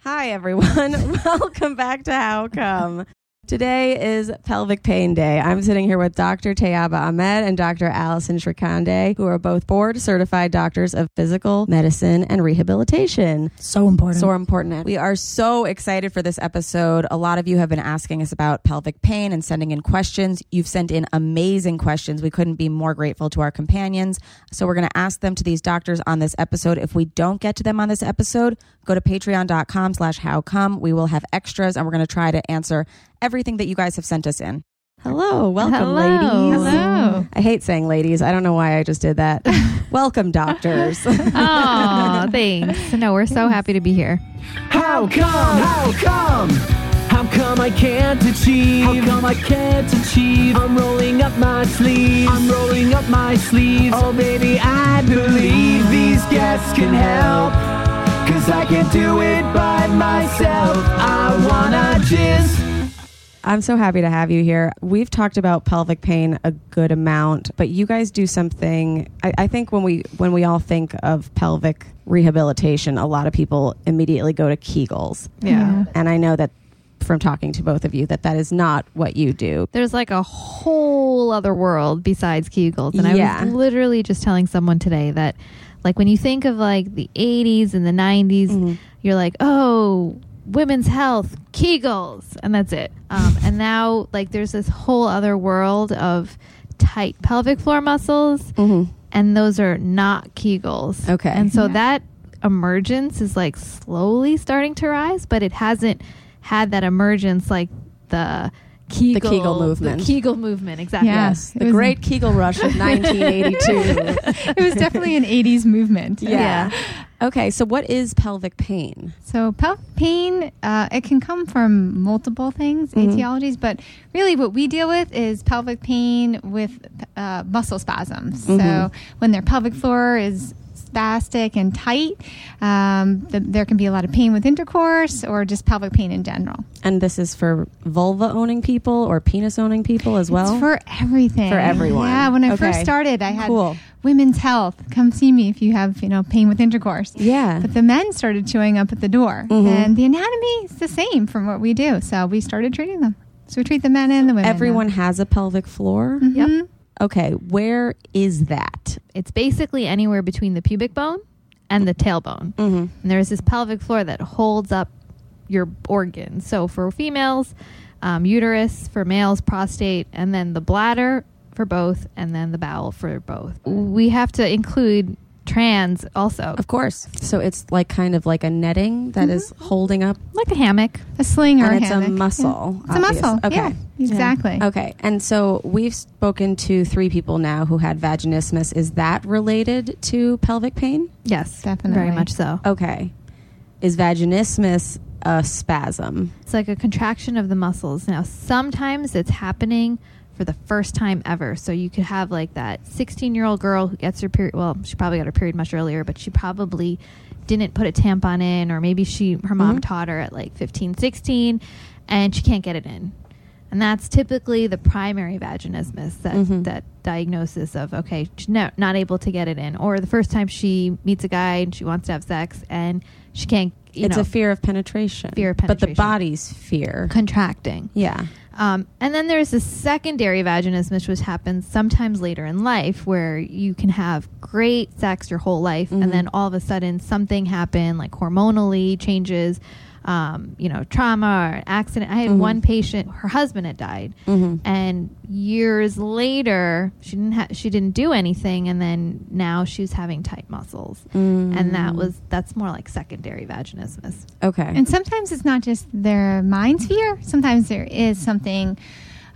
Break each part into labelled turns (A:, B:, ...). A: Hi, everyone. Welcome back to How Come. Today is Pelvic Pain Day. I'm sitting here with Dr. Tayaba Ahmed and Dr. Allison Shrikande, who are both board certified doctors of physical medicine and rehabilitation.
B: So important.
A: So important. We are so excited for this episode. A lot of you have been asking us about pelvic pain and sending in questions. You've sent in amazing questions. We couldn't be more grateful to our companions. So we're going to ask them to these doctors on this episode. If we don't get to them on this episode, go to patreon.com slash how come. We will have extras and we're going to try to answer everything that you guys have sent us in. Hello, welcome,
C: Hello.
A: ladies.
C: Hello.
A: I hate saying ladies. I don't know why I just did that. welcome, doctors.
C: Oh, thanks. No, we're so happy to be here.
D: How come? How come? How come I can't achieve? How come I can't achieve? I'm rolling up my sleeves. I'm rolling up my sleeves. Oh, baby, I believe these guests can help. Cause I can't do it by myself. I wanna just.
A: I'm so happy to have you here. We've talked about pelvic pain a good amount, but you guys do something. I, I think when we when we all think of pelvic rehabilitation, a lot of people immediately go to Kegels,
C: Yeah.
A: and I know that from talking to both of you that that is not what you do.
C: There's like a whole other world besides Kegels. And
A: Yeah.
C: I was literally just telling someone today that, like, when you think of like the 80s and the 90s,
E: Mm-hmm.
C: you're like, oh, women's health, Kegels, and that's it. Um, and now, like, there's this whole other world of tight pelvic floor muscles,
A: Mm-hmm.
C: and those are not Kegels.
A: Okay.
C: And so that emergence is like slowly starting to rise, but it hasn't had that emergence like the Kegel,
A: Kegel movement.
C: The Kegel movement, exactly.
E: Yeah.
A: Yes,
E: it
A: the
E: was-
A: Great Kegel Rush of 1982.
E: it was definitely an 80s movement.
A: yeah. Okay, so what is pelvic pain?
E: So pelvic pain, uh, it can come from multiple things,
A: Mm-hmm.
E: etiologies, but really what we deal with is pelvic pain with uh, muscle spasms. So
A: Mm-hmm.
E: when their pelvic floor is spastic and tight, um, th- there can be a lot of pain with intercourse or just pelvic pain in general.
A: And this is for vulva owning people or penis owning people as well.
E: It's for everything.
A: For everyone.
E: Yeah. When I first
A: Okay.
E: started, I had
A: Cool.
E: women's health. Come see me if you have, you know, pain with intercourse.
A: Yeah. Mm-hmm.
E: But the men started chewing up at the door. And the anatomy is the same from what we do. So we started treating them. So we treat the men and the women. Mm-hmm. now.
A: Everyone has a pelvic floor.
C: Yep.
A: Okay, where is that?
C: It's basically anywhere between the pubic bone and the tailbone.
A: Mm-hmm.
C: And there's this pelvic floor that holds up your organs. So for females, um, uterus, for males, prostate, and then the bladder for both, and then the bowel for both. We have to include trans also,
A: Of course. So it's like kind of like a netting that is
C: Mm-hmm.
A: holding up,
C: like a hammock.
E: A sling or
A: and
E: a
A: it's
E: hammock.
A: a muscle.
E: Yeah. It's
A: obvious-
E: a muscle.
A: Okay.
E: Yeah, exactly.
A: Okay. And so we've spoken to three people now who had vaginismus. Is that related to pelvic pain?
C: Yes,
E: Definitely.
C: very much so.
A: Okay. Is vaginismus a spasm?
C: It's like a contraction of the muscles. Now, sometimes it's happening for the first time ever. So you could have like that 16 year old girl who gets her period. Well, she probably got her period much earlier, but she probably didn't put a tampon in, or maybe she her
A: Mm-hmm.
C: mom taught her at like 15, 16, and she can't get it in. And that's typically the primary vaginismus that
A: Mm-hmm.
C: that diagnosis of okay, she's no, not able to get it in, or the first time she meets a guy and she wants to have sex and she can't. You
A: it's
C: know,
A: a fear of penetration.
C: Fear of
A: But the
C: penetration.
A: body's fear.
C: contracting.
A: Yeah.
C: Um, and then there's the secondary vaginismus, which happens sometimes later in life, where you can have great sex your whole life,
A: Mm-hmm.
C: and then all of a sudden something happened, like hormonally changes, um, you know, trauma or accident. I had
A: Mm-hmm.
C: one patient; her husband had died, and years later she didn't ha- she didn't do anything, and then now she's having tight muscles,
A: Mm-hmm.
C: and
A: Mm.
C: that was that's more like secondary vaginismus.
A: Okay.
E: And sometimes it's not just their mind sphere. Sometimes there is something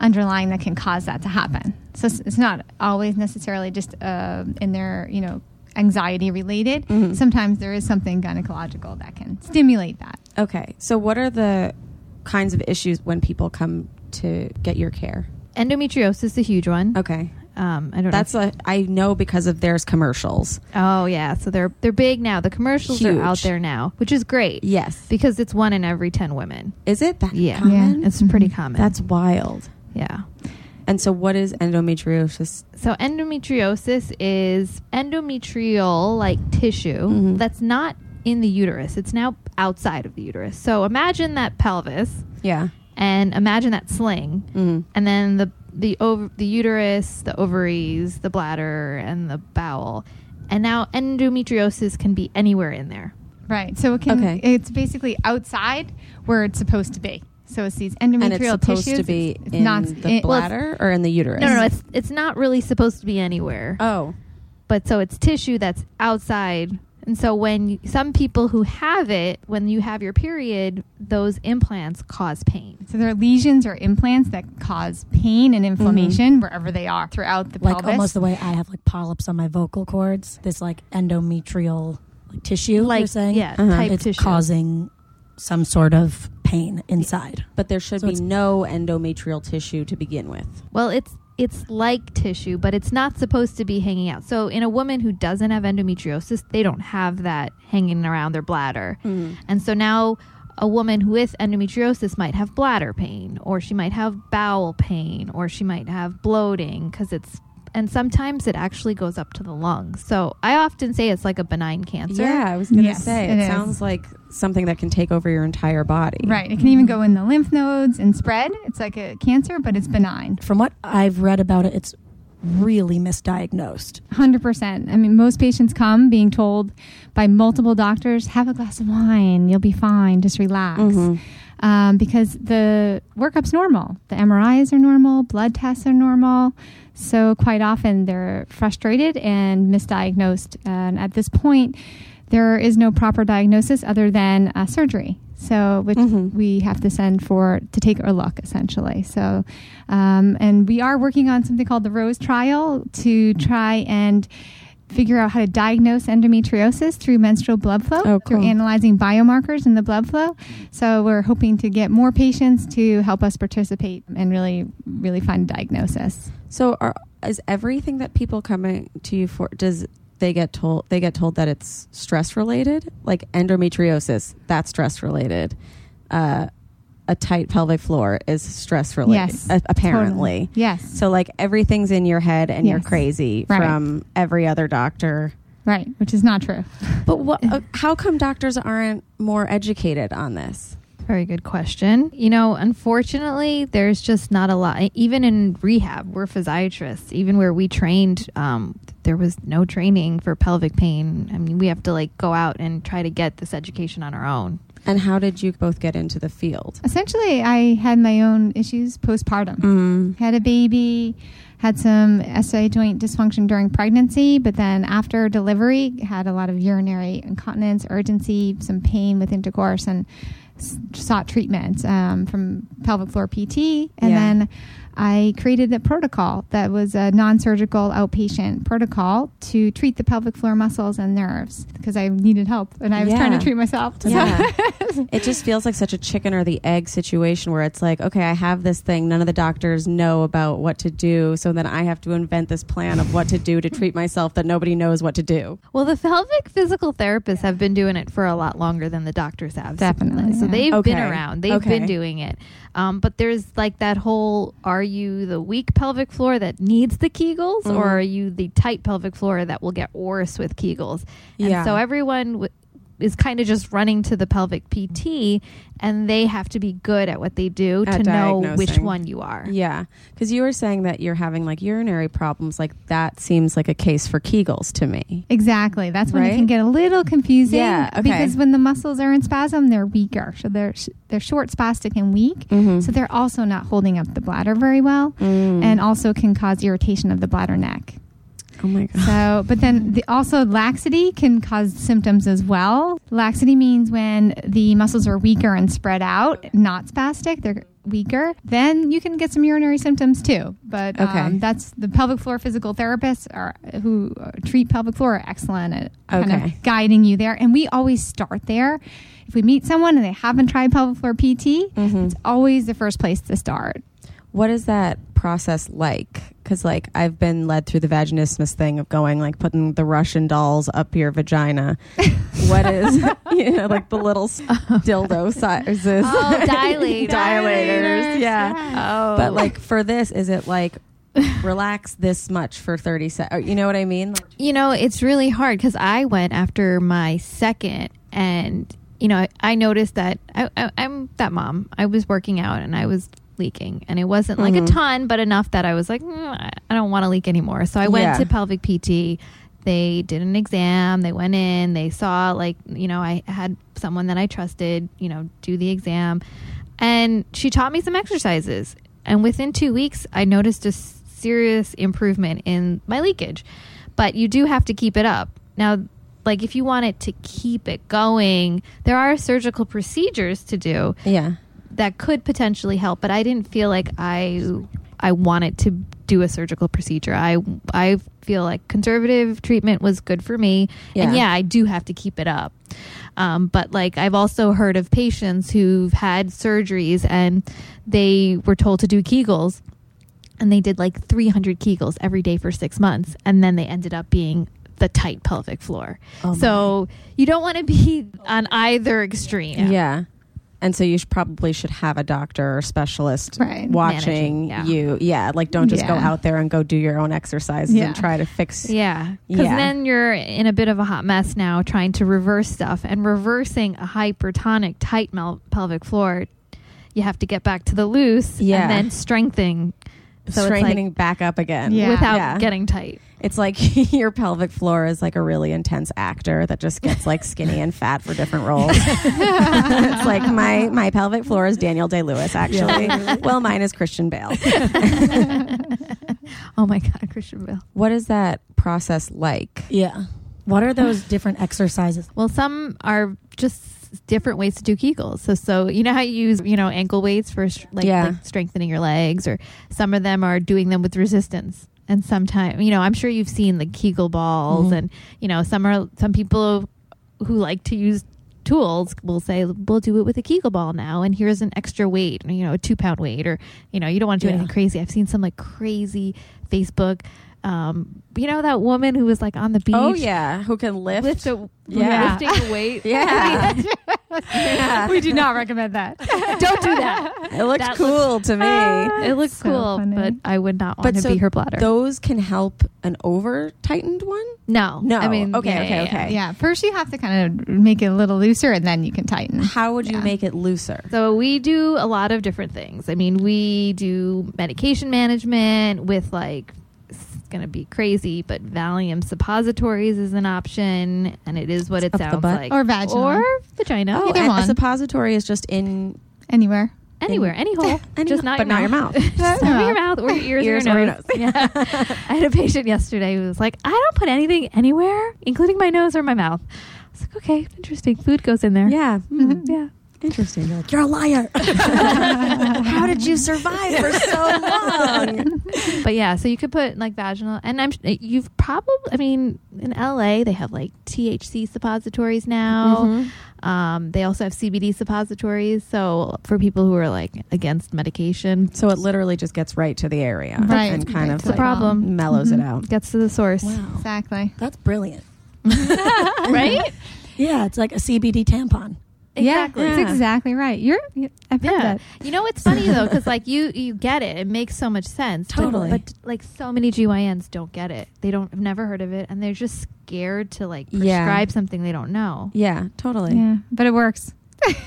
E: underlying that can cause that to happen. So it's it's not always necessarily just uh, in their, you know, anxiety related.
A: Mm-hmm.
E: Sometimes there is something gynecological that can stimulate that.
A: Okay. So, what are the kinds of issues when people come to get your care?
C: Endometriosis is a huge one.
A: Okay.
C: Um, I don't know.
A: That's a, I know because of there's commercials.
C: Oh yeah, so they're they're big now. The commercials
A: Huge.
C: are out there now, which is great.
A: Yes.
C: because it's one in every ten women.
A: Is it that
C: Yeah,
A: common?
C: it's pretty common.
A: Mm-hmm. That's wild.
C: yeah.
A: And so, what is endometriosis?
C: So
A: Mm-hmm.
C: endometriosis is endometrial like tissue that's not in the uterus. It's now outside of the uterus. So imagine that pelvis
A: Yeah.
C: and imagine that sling
A: Mhm.
C: and then the the ov- the uterus, the ovaries, the bladder and the bowel. And now endometriosis can be anywhere in there.
E: Right. So it can,
A: Okay.
E: it's basically outside where it's supposed to be. So it's these endometrial
A: And it's supposed
E: tissues.
A: to be
E: it's, it's
A: in
E: not
A: the
E: it- well, it's-
A: bladder or in the uterus.
C: No, no, no, it's it's not really supposed to be anywhere.
A: oh,
C: but so it's tissue that's outside. And so when you- some people who have it, when you have your period, those implants cause pain.
E: so there are lesions or implants that cause pain and
A: Mm-hmm.
E: inflammation wherever they are throughout the
B: like
E: pelvis.
B: almost the way I have like polyps on my vocal cords. This like endometrial like, tissue. you're
C: Like
B: saying
C: yeah,
A: Uh-huh.
C: type
B: it's
C: tissue.
B: causing some sort of pain inside.
A: but there should
B: So
A: be
B: it's-
A: no endometrial tissue to begin with.
C: Well, it's it's like tissue, but it's not supposed to be hanging out. So in a woman who doesn't have endometriosis, they don't have that hanging around their bladder. And so now a woman with endometriosis might have bladder pain or she might have bowel pain or she might have bloating cuz it's and sometimes it actually goes up to the lungs. So I often say it's like a benign cancer.
A: Yeah, I was gonna
E: Yes,
A: say it,
E: it is.
A: sounds like something that can take over your entire body.
E: Right. It can even go in the lymph nodes and spread. It's like a cancer, but it's benign.
B: From what I've read about it, it's really misdiagnosed.
E: 100%. I mean, most patients come being told by multiple doctors, have a glass of wine, you'll be fine, just relax.
A: Mhm.
E: Um, because the workup's normal. The MRIs are normal, blood tests are normal. So, quite often, they're frustrated and misdiagnosed. And at this point, there is no proper diagnosis other than uh, surgery. So, which
A: Mhm.
E: we have to send for to take a look essentially. So, um, and we are working on something called the Rose trial to try and figure out how to diagnose endometriosis through menstrual blood flow
A: Oh,
E: through
A: cool.
E: analyzing biomarkers in the blood flow. So, we're hoping to get more patients to help us participate and really, really find a diagnosis.
A: So, are, is everything that people coming to you for does they get told they get told that it's stress related, like endometriosis? That's stress related. Uh, a tight pelvic floor is stress related.
E: Yes,
A: a- apparently.
E: Totally. yes,
A: So, like everything's in your head, and you're
E: Yes.
A: crazy
E: Right.
A: from every other doctor.
E: right, which is not true.
A: But what? Uh, how come doctors aren't more educated on this?
C: Very good question. You know, unfortunately, there's just not a lot. E, Even in rehab, we're physiatrists. Even where we trained, um, there was no training for pelvic pain. I mean, we have to like go out and try to get this education on our own.
A: And how did you both get into the field?
E: Essentially, I had my own issues postpartum.
A: Mm.
E: had a baby had some SI joint dysfunction during pregnancy, but then after delivery had a lot of urinary incontinence, urgency, some pain with intercourse, and s- sought treatment um, from pelvic floor PT. And
A: Yeah.
E: then I created a protocol that was a non-surgical outpatient protocol to treat the pelvic floor muscles and nerves because I needed help and I was trying
A: Yeah.
E: to treat myself. So-
A: Yeah. it just feels like such a chicken or the egg situation where it's like, okay, I have this thing. None of the doctors know about what to do. So then I have to invent this plan of what to do to treat myself that nobody knows what to do.
C: Well, the pelvic physical therapists have been doing it for a lot longer than the doctors have.
E: Definitely,
C: So
E: yeah.
C: they've been
A: Okay.
C: around, they've
A: Okay.
C: been doing it. Um, but there's like that whole are you the weak pelvic floor that needs the Kegels,
A: Mhm.
C: or are you the tight pelvic floor that will get worse with Kegels? And
A: Yeah.
C: so everyone w- is kind of just running to the pelvic PT, and they have to be good at what they do
A: At
C: to know which
A: diagnosing.
C: one you are.
A: Yeah. Because you were saying that you're having like urinary problems. Like that seems like a case for Kegels to me.
E: Exactly. That's when
A: Right?
E: it can get a little confusing.
A: Yeah, okay.
E: Because when the muscles are in spasm, they're weaker. So they're sh- they're short, spastic, and weak.
A: Mhm.
E: So they're also not holding up the bladder very well,
A: Mm.
E: and also can cause irritation of the bladder neck.
A: oh my God.
E: So, but then the, also laxity can cause symptoms as well. Laxity means when the muscles are weaker and spread out, not spastic. They're weaker. Then you can get some urinary symptoms too. But
A: Okay.
E: um, that's the pelvic floor physical therapists are who uh, treat pelvic floor are excellent at kind
A: Okay.
E: of guiding you there. And we always start there. If we meet someone and they haven't tried pelvic floor PT,
A: Mm-hmm.
E: it's always the first place to start.
A: what is that process like? Because like I've been led through the vaginismus thing of going like putting the Russian dolls up your vagina. what is you know like the little s- dildo sizes?
C: Oh, dilators.
A: dilators, yeah.
C: Oh,
A: But like for this, is it like relax this much for thirty seconds? You know what I mean? Like,
C: You know, it's really hard because I went after my second and you know, I, I noticed that I, I, I'm that mom. I was working out and I was leaking, and it wasn't like a ton, but enough that I was like, mm, I- I don't want to leak anymore. So I went
A: Yeah.
C: to pelvic PT. They did an exam. They went in. They saw like you know I had someone that I trusted. You know, do the exam, and she taught me some exercises. And within two weeks, I noticed a s- serious improvement in my leakage. But you do have to keep it up. Now, like if you want it to keep it going, there are surgical procedures to do
A: Yeah.
C: that could potentially help, but I didn't feel like I I wanted to do a surgical procedure. I I feel like conservative treatment was good for me, and
A: Yeah.
C: yeah, I do have to keep it up. Um, but like I've also heard of patients who've had surgeries and they were told to do Kegels, and they did like 300 Kegels every day for six months, and then they ended up being the tight pelvic floor.
A: Oh my.
C: so you don't want to be on either extreme.
A: Yeah. And so you should, probably should have a doctor or specialist
E: Right.
A: watching
C: Managing, yeah.
A: you. Yeah, like don't just go
E: Yeah.
A: out there and go do your own exercises
E: Yeah.
A: and try to fix.
C: Yeah. Because
A: Yeah.
C: then you're in a bit of a hot mess now trying to reverse stuff and reversing a hypertonic tight mel- pelvic floor. You have to get back to the loose
A: Yeah.
C: and then strengthening. So
A: strengthening
C: it's
A: back up again.
E: Yeah.
C: like without
A: Yeah.
C: getting tight.
A: It's like your pelvic floor is like a really intense actor that just gets like skinny and fat for different roles. it's like my my pelvic floor is Daniel Day Lewis actually. well, mine is Christian Bale.
C: Oh my God, Christian Bale.
A: What is that process like?
B: Yeah. What are those different exercises?
C: Well, some are just different ways to do Kegels. So, so you know how you use you know ankle weights for str- like,
A: Yeah.
C: like strengthening your legs, or some of them are doing them with resistance. And sometimes you know I'm sure you've seen the Kegel balls,
A: Mhm.
C: and you know some are some people who like to use tools will say we'll do it with a Kegel ball now, and here's an extra weight, you know, a two pound weight, or you know you don't want to do
B: Yeah.
C: anything crazy. I've seen some like crazy Facebook. Um, you know that woman who was like on the beach
A: Oh yeah, who can lift?
C: lift a
A: Yeah.
C: lifting a weight.
A: yeah. yeah.
E: we do not recommend that.
C: Don't do that.
A: It looked
C: That Ah.
A: cool to me.
C: It looks
E: So
C: cool,
E: funny.
C: but I would not want
A: But
C: to
A: so
C: be her bladder.
A: Those can help an over tightened one?
C: no,
A: No.
C: I mean,
A: Okay,
C: yeah,
A: okay,
C: yeah,
A: okay.
C: yeah.
E: yeah, first you have to kind of make it a little looser, and then you can tighten.
A: How would you
E: Yeah.
A: make it looser?
C: So we do a lot of different things. I mean, we do medication management with like it's going to be crazy, but Valium suppositories is an option, and it is what it
A: Up the
C: sounds
A: butt.
C: like,
E: Or vaginal.
C: or vagina,
A: oh,
E: either
A: and a
E: one.
A: suppository is just in
E: Anywhere.
C: anywhere, any hole,
A: any
C: just
A: hole,
C: not
A: but not
C: your mouth.
A: your mouth.
C: Just not your mouth or your ears,
A: Ears
C: or
A: or
C: your
A: your
C: nose. Yeah. I had a patient yesterday who was like, I don't put anything anywhere, including my nose or my mouth. I was like, okay, interesting. Food goes in there.
A: Yeah. Hmm.
E: Mm-hmm.
C: Yeah.
A: Interesting. You're like, you're a liar. How did you survive for so long?
C: But yeah, so you could put like vaginal, and I'm you've probably, I mean, in LA they have like THC suppositories now.
A: Mm-hmm.
C: Um, they also have CBD suppositories. So for people who are like against medication,
A: So it literally just gets right to the area
E: Right.
A: and kind
E: Right
A: of
E: to the
A: like um,
C: problem.
A: mellows it
C: Mhm.
A: out.
C: gets to the source,
B: Wow.
E: Exactly.
B: That's brilliant.
C: right?
B: Yeah, it's like a CBD tampon.
C: Exactly.
E: Yeah, that's exactly right. You're. I've heard
C: Yeah.
E: that.
C: You know what's funny though, because like you you get it. It makes so much sense. But-
B: Totally.
C: But, like so many GYNs don't get it. They don't have never heard of it, and they're just scared to like
A: Yeah.
C: prescribe something they don't know.
A: Yeah, totally.
E: Yeah, but it works.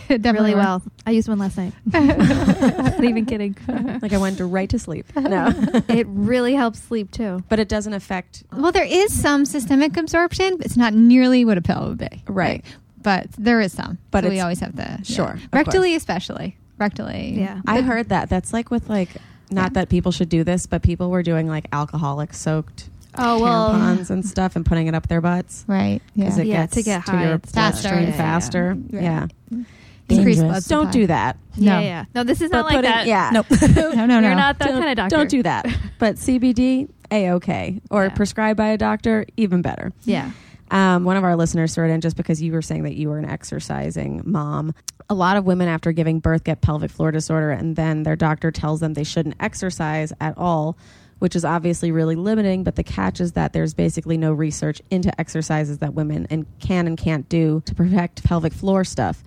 E: it definitely
C: Really well. I used one last night. Not even kidding.
A: Like I went to right to sleep. No.
C: it Oh, really helps sleep too.
A: but it doesn't affect
E: Well, there is some systemic absorption. but It's not nearly what a pill would be.
A: Right.
E: But there is some.
A: But
E: So we
A: it's-
E: always have the
A: Sure, of
E: Rectally,
A: course.
E: especially. Rectally.
C: Yeah.
A: I heard that. That's like with like not that people should do this, but people were doing like alcoholic soaked
C: Oh well.
A: tampons and stuff and putting it up their butts
E: Right.
A: because
E: Yeah.
A: it
C: Yeah,
A: gets
C: to get high,
A: your
C: it's not-
A: bloodstream
E: yeah, yeah,
A: faster.
E: yeah.
A: Yeah.
E: Right. Increase
B: Dangerous.
E: blood
A: Don't
E: supply.
A: do that.
C: Yeah,
E: No.
C: yeah. No, this is
A: But
C: not like
A: putting-
C: that.
A: Yeah.
B: Nope.
E: No, no, no.
C: You're not that
A: Don't-
C: kind of doctor.
A: Don't do that. But CBD, a okay, or
C: Yeah.
A: prescribed by a doctor, even better.
C: Yeah.
A: Um, one of our listeners threw it in just because you were saying that you were an exercising mom. A lot of women after giving birth get pelvic floor disorder, and then their doctor tells them they shouldn't exercise at all, which is obviously really limiting. But the catch is that there's basically no research into exercises that women and can and can't do to protect pelvic floor stuff.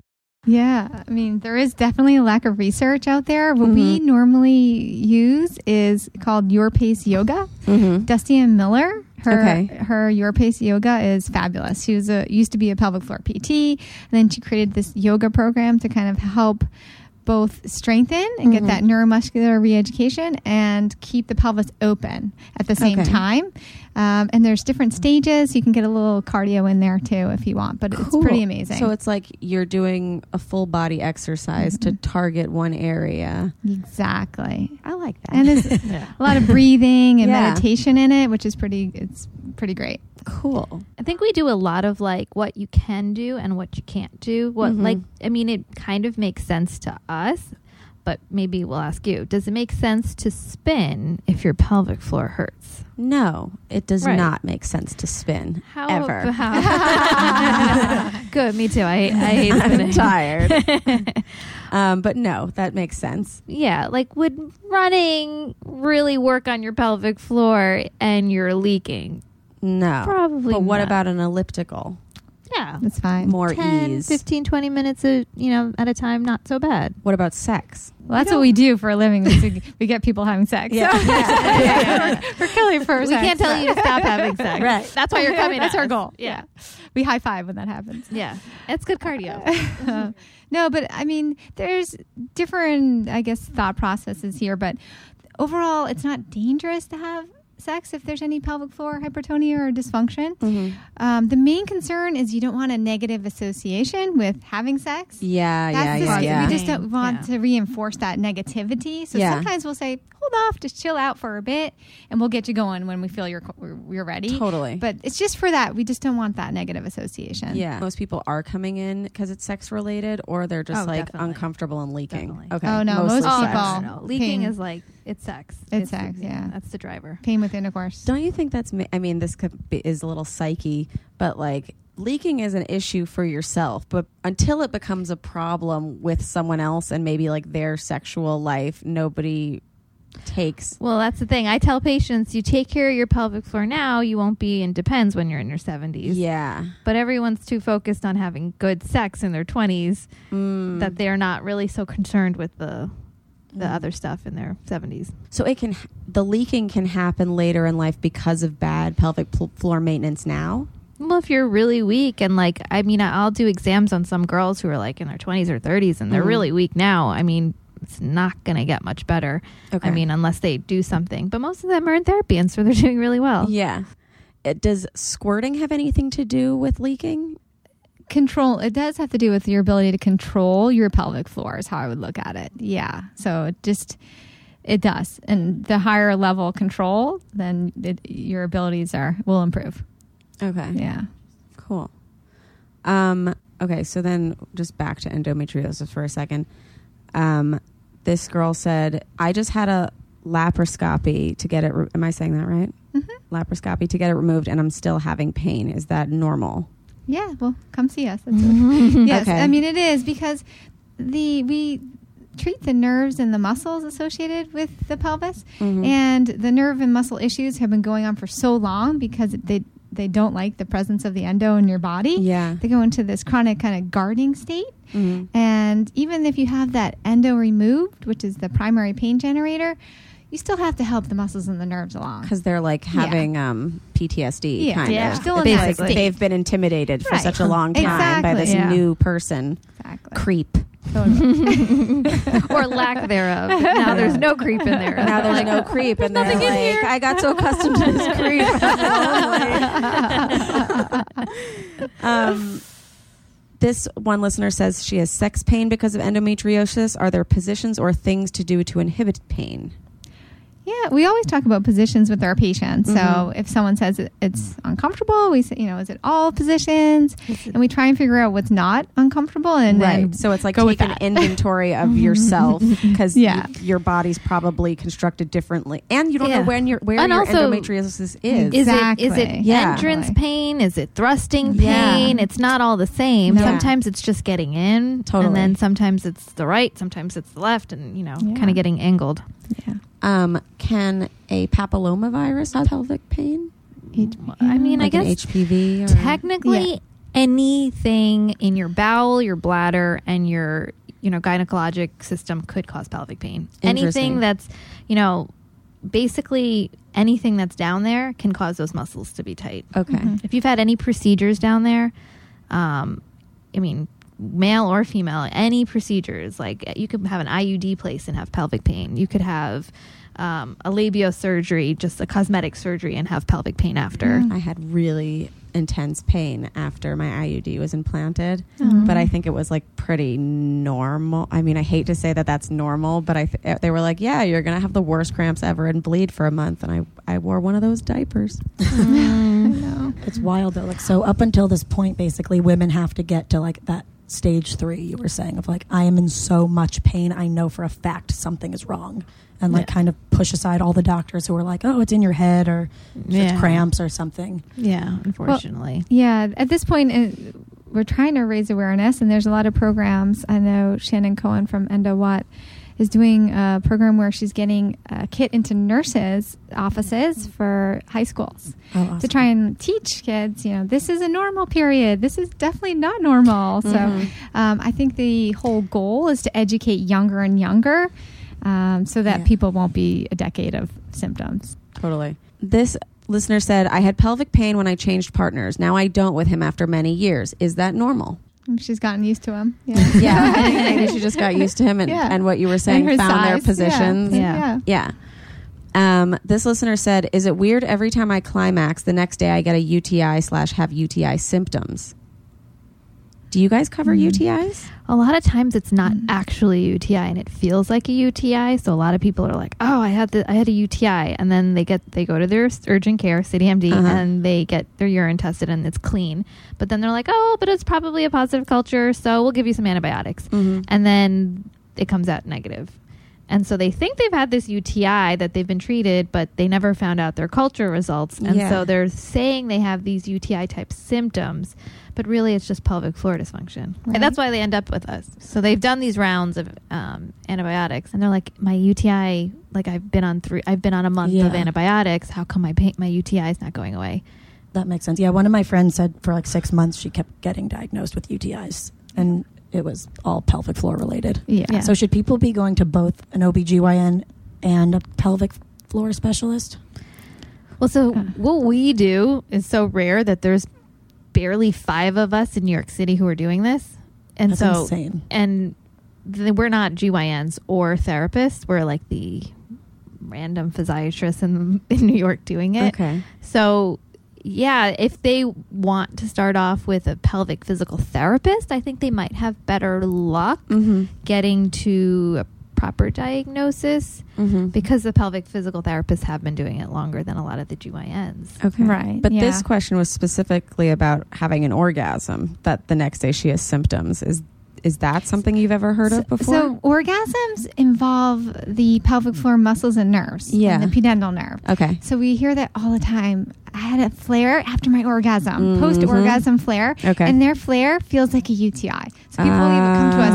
E: Yeah, I mean, there is definitely a lack of research out there. What we
A: Mhm.
E: normally use is called Your Pace Yoga.
A: Mm-hmm.
E: Dusty and Miller, Her
A: Okay.
E: her Your Pace Yoga is fabulous. She was a used to be a pelvic floor PT, and then she created this yoga program to kind of help both strengthen and get
A: Mhm.
E: that neuromuscular reeducation and keep the pelvis open at the same
A: Okay.
E: time. Um, and there's different stages. You can get a little cardio in there too if you want, but it's
A: Cool.
E: pretty amazing.
A: So it's like you're doing a full body exercise
E: Mhm.
A: to target one area.
E: exactly.
A: I like that.
E: And there's a lot of breathing and
A: Yeah.
E: meditation in it, which is pretty. It's pretty great.
A: cool.
C: I think we do a lot of like what you can do and what you can't do. What
A: Mhm.
C: like I mean it kind of makes sense to us, but maybe we'll ask you. Does it make sense to spin if your pelvic floor hurts?
A: No, it does
C: Right.
A: not make sense to spin
C: How
A: ever.
C: about- Good, me too. I, I hate
A: I'm
C: spinning.
A: tired. um, but no, that makes sense.
C: Yeah, like would running really work on your pelvic floor and you're leaking?
A: No.
C: Probably.
A: But what
C: not.
A: about an elliptical?
C: yeah?
E: That's fine.
A: More
C: 10,
A: ease.
C: 15, 20 minutes a, you know at a time, not so bad.
A: What about sex?
E: Well, that's what we do for a living. Is we, we get people having sex.
A: Yeah. Yeah.
E: Yeah. we're, we're killing for
C: We
E: sex.
C: can't tell you to stop having sex.
A: Right.
C: That's why you're coming.
E: That's
C: at
E: our
C: us.
E: goal.
C: Yeah.
E: We high five when that happens.
C: Yeah. It's good cardio.
E: no, but I mean, there's different, I guess, thought processes here. But overall, it's not dangerous to have sex if there's any pelvic floor hypertonia or dysfunction.
A: Mm-hmm.
E: Um, the main concern is you don't want a negative association with having sex.
A: Yeah,
E: That's
A: yeah,
E: the-
A: yeah,
E: We
A: yeah.
E: just don't want
C: Yeah.
E: to reinforce that negativity. So
A: Yeah.
E: sometimes we'll say, "Hold off, just chill out for a bit, and we'll get you going when we feel you're co- we're- we're ready."
A: Totally.
E: But it's just for that. We just don't want that negative association.
A: yeah. Most people are coming in because it's sex related or they're just
C: Oh,
A: like
C: definitely.
A: uncomfortable and leaking.
C: Definitely.
A: Okay.
E: Oh, no,
A: mostly
E: most
C: Oh,
A: sex.
C: no,
E: people-
C: no, no. Leaking
E: Pain.
C: is like, it sucks.
E: It's sex, yeah.
C: That's the driver.
E: Pain with intercourse.
A: Don't you think that's? ma- I mean, this could be, is a little psyche, but like leaking is an issue for yourself. But until it becomes a problem with someone else and maybe like their sexual life, nobody takes.
C: Well, that's the thing. I tell patients, you take care of your pelvic floor now, you won't be in depends when you're in your 70s.
A: Yeah.
C: But everyone's too focused on having good sex in their 20s
A: Mm.
C: that they're not really so concerned with the the other stuff in their 70s.
A: so it can the leaking can happen later in life because of bad pelvic pl- floor maintenance now.
C: Well, if you're really weak and like, I mean, I'll do exams on some girls who are like in their 20s or 30s and they're
A: Mhm.
C: really weak now. I mean, it's not going to get much better.
A: Okay.
C: I mean, unless they do something. But most of them are in therapy and so they're doing really well.
A: yeah. It, does squirting have anything to do with leaking?
E: Control. It does have to do with your ability to control your pelvic floor. Is how I would look at it. Yeah. So it just. It does, and the higher level control, then it, your abilities are will improve.
A: Okay.
E: Yeah.
A: Cool. Um, okay, so then just back to endometriosis for a second. Um, this girl said, I just had a laparoscopy to get it. Re- Am I saying that right?
E: Mhm.
A: Laparoscopy to get it removed, and I'm still having pain. Is that normal?
E: Yeah, well, come see us. That's what- yes,
A: Mm-hmm. Okay.
E: I mean it is because the we treat the nerves and the muscles associated with the pelvis,
A: Mhm.
E: and the nerve and muscle issues have been going on for so long because they they don't like the presence of the endo in your body.
A: Yeah.
E: They go into this chronic kind of guarding state.
A: Mhm.
E: And even if you have that endo removed, which is the primary pain generator, you still have to help the muscles and the nerves along.
A: Because they're like having um, PTSD,
E: Yeah.
A: kind
C: Yeah.
A: of.
E: Still
A: It's
E: in
A: like
E: that state.
A: they've been intimidated for
E: Right.
A: such a long time by
E: Exactly.
A: this
C: Yeah.
A: new person.
E: Exactly.
A: Creep.
E: Totally.
C: or lack thereof. Now there's no creep in there.
A: Now there's
C: Like,
A: no creep, and they're
C: nothing in
A: like, I got so accustomed to this creep. um, this one listener says she has sex pain because of endometriosis. Are there positions or things to do to inhibit pain?
E: Yeah, we always talk about positions with our patients. So
C: Mm-hmm.
A: Mhm.
E: if someone says it, it's uncomfortable, we say, you know, is it all positions? And we try and figure out what's not uncomfortable. And then
A: So it's like
E: go with
A: take an
E: that.
A: inventory of yourself because
E: Yeah.
A: your body's probably constructed differently, and you don't
C: Yeah.
A: know when your where
C: And
A: your
C: also-
A: endometriosis
E: Is
A: is.
C: Is it is
E: Exactly.
C: it
A: Yeah.
C: entrance pain? Is it thrusting
A: Yeah.
C: pain? It's not all the same.
A: No.
C: Sometimes it's just getting in,
A: Totally.
C: and then sometimes it's the right, sometimes it's the left, and you know,
E: Yeah.
C: kind of getting angled.
E: yeah.
A: Um, can a papillomavirus cause pelvic pain?
C: I mean,
A: Like
C: I
A: an
C: guess
A: HPV. Or?
C: technically anything in your bowel, your bladder, and your you know gynecologic system could cause pelvic pain.
A: Interesting.
C: Anything that's you know basically anything that's down there can cause those muscles to be tight.
F: Okay.
E: Mm-hmm.
C: If you've had any procedures down there, um, I mean, male or female, any procedures, like you could have an IUD place and have pelvic pain. You could have um, a labiosurgery, just a cosmetic surgery, and have pelvic pain after.
A: I had really intense pain after my IUD was implanted,
E: Mm-hmm.
A: but I think it was like pretty normal. I mean, I hate to say that that's normal, but I th- they were like, "Yeah, you're gonna have the worst cramps ever and bleed for a month," and I I wore one of those diapers.
B: It's wild though. Like so, up until this point, basically, women have to get to like that stage three you were saying of like I am in so much pain. I know for a fact something is wrong, and like kind of push aside all the doctors who are like, oh, it's in your head or
C: Yeah.
B: it's cramps or something.
C: Yeah, unfortunately.
E: Yeah, at this point, it, we're trying to raise awareness, and there's a lot of programs. I know Shannon Cohen from Endo Watt is doing a program where she's getting a kit into nurses'
C: Mm-hmm.
E: offices for high schools
B: Oh, awesome.
E: to try and teach kids, you know, this is a normal period. This is definitely not normal. So
A: Mm-hmm.
E: um, I think the whole goal is to educate younger and younger um, so that
F: Yeah.
E: people won't be a decade of symptoms.
A: Totally. This listener said, "I had pelvic pain when I changed partners. Now I don't with him after many years. Is that normal?"
E: She's gotten used to them. Yeah.
A: Yeah, I think maybe she just got used to him and,
E: Yeah.
A: and what you were saying
E: And her
A: found their
E: size, yeah.
A: positions.
C: Yeah.
A: Yeah. Um, this listener said, "Is it weird every time I climax, the next day I get a UTI slash have UTI symptoms? Do you guys cover UTIs?
C: A lot of times it's not actually a UTI and it feels like a UTI. So a lot of people are like, "Oh, I had the I had a UTI," and then they get they go to their urgent care, CityMD,
A: Uh-huh.
C: and they get their urine tested and it's clean. But then they're like, "Oh, but it's probably a positive culture, so we'll give you some antibiotics,"
A: Mm-hmm.
C: and then it comes out negative. And so they think they've had this UTI that they've been treated, but they never found out their culture results. And
A: Yeah.
C: so they're saying they have these UTI type symptoms, but really it's just pelvic floor dysfunction.
E: Right.
C: And that's why they end up with us. So they've done these rounds of um, antibiotics, and they're like, "My UTI, like I've been on three, I've been on a month of
B: Yeah.
C: antibiotics. How come my pain, my UTI is not going away?"
B: That makes sense. Yeah, one of my friends said for like six months she kept getting diagnosed with UTIs, and it was all pelvic floor related.
E: Yeah.
C: Yeah.
B: So should people be going to both an OBGYN and a pelvic floor specialist?
C: Well, so
E: Uh.
C: what we do is so rare that there's barely five of us in New York City who are doing this, and
B: That's
C: so
B: insane.
C: and th- we're not GYNs or therapists. We're like the random physiatrists in, in New York doing it.
A: Okay.
C: So, yeah, if they want to start off with a pelvic physical therapist, I think they might have better luck
A: Mm-hmm.
C: getting to a proper diagnosis
A: Mm-hmm.
C: because the pelvic physical therapists have been doing it longer than a lot of the GYNs.
A: okay.
E: Right,
A: But this
E: yeah.
A: question was specifically about having an orgasm that the next day she has symptoms. Is is that something you've ever heard of
E: So-
A: before?
E: So orgasms involve the pelvic floor muscles and nerves. and
A: Yeah.
E: the pudendal nerve.
A: okay.
E: So we hear that all the time. I had a flare after my orgasm,
A: Mhm.
E: post orgasm flare.
A: Okay.
E: And their flare feels like a UTI. So people even come to us.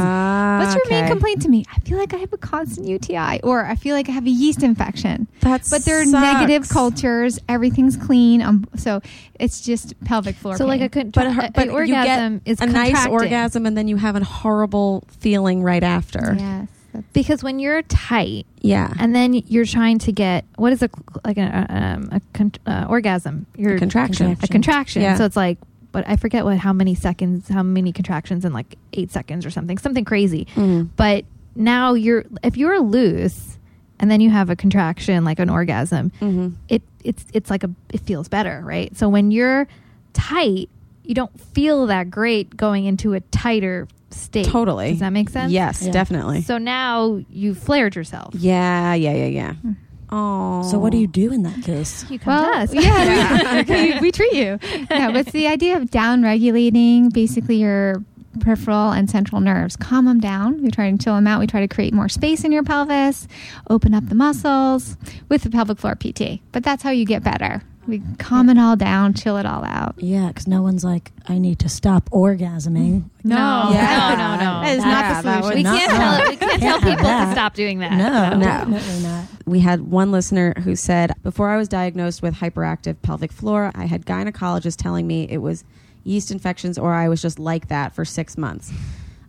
E: What's your main
A: Ah, okay.
E: complaint to me? I feel like I have a constant UTI or I feel like I have a yeast infection.
A: That's
E: But they're negative cultures. Everyth's clean. Um, so it's just pelvic floor.
C: So, like
E: pain.
C: a, contra-
A: But, a-
C: a-
A: but
C: a
A: you get
C: orgasm is
A: a nice
C: contracting.
A: orgasm, and then you have a horrible feeling right after.
E: Yes. that's-
C: because when you're tight
A: Yeah.
C: and then you're trying to get what is a like an um, a con- uh, orgasm? You're
A: A contraction.
C: a contraction.
A: Yeah.
C: So it's like, but I forget what how many seconds, how many contractions in like eight seconds or something, something crazy.
A: Mm.
C: But now you're if you're loose and then you have a contraction like an orgasm,
A: Mhm.
C: it it's it's like a it feels better, right? So when you're tight, you don't feel that great going into a tighter state.
A: Totally.
C: Does that make sense?
A: Yes,
B: Yeah.
A: definitely.
C: So now you flared yourself.
A: yeah, yeah, yeah, yeah.
C: Mm.
A: Oh.
B: So what do you do in that case?
C: You come
E: Well,
C: to us.
E: yeah, we, we, we treat you. No, but it's the idea of down regulating basically your peripheral and central nerves. Calm them down. We try and chill them out. We try to create more space in your pelvis, open up the muscles with the pelvic floor PT. But that's how you get better. We calm it all down, chill it all out.
B: Yeah, because no one's like, I need to stop orgasming.
C: No,
A: Yeah.
C: Oh, no, no, no.
A: That is not the
B: Yeah, that
A: solution.
B: would
C: we
B: not-
C: can't tell we can't tell
B: Can't have
C: people to
B: that.
C: stop doing that.
B: No,
A: No.
B: definitely not.
A: we had one listener who said, Before I was diagnosed with hyperactive pelvic floor, I had gynecologists telling me it was yeast infections or I was just like that for six months.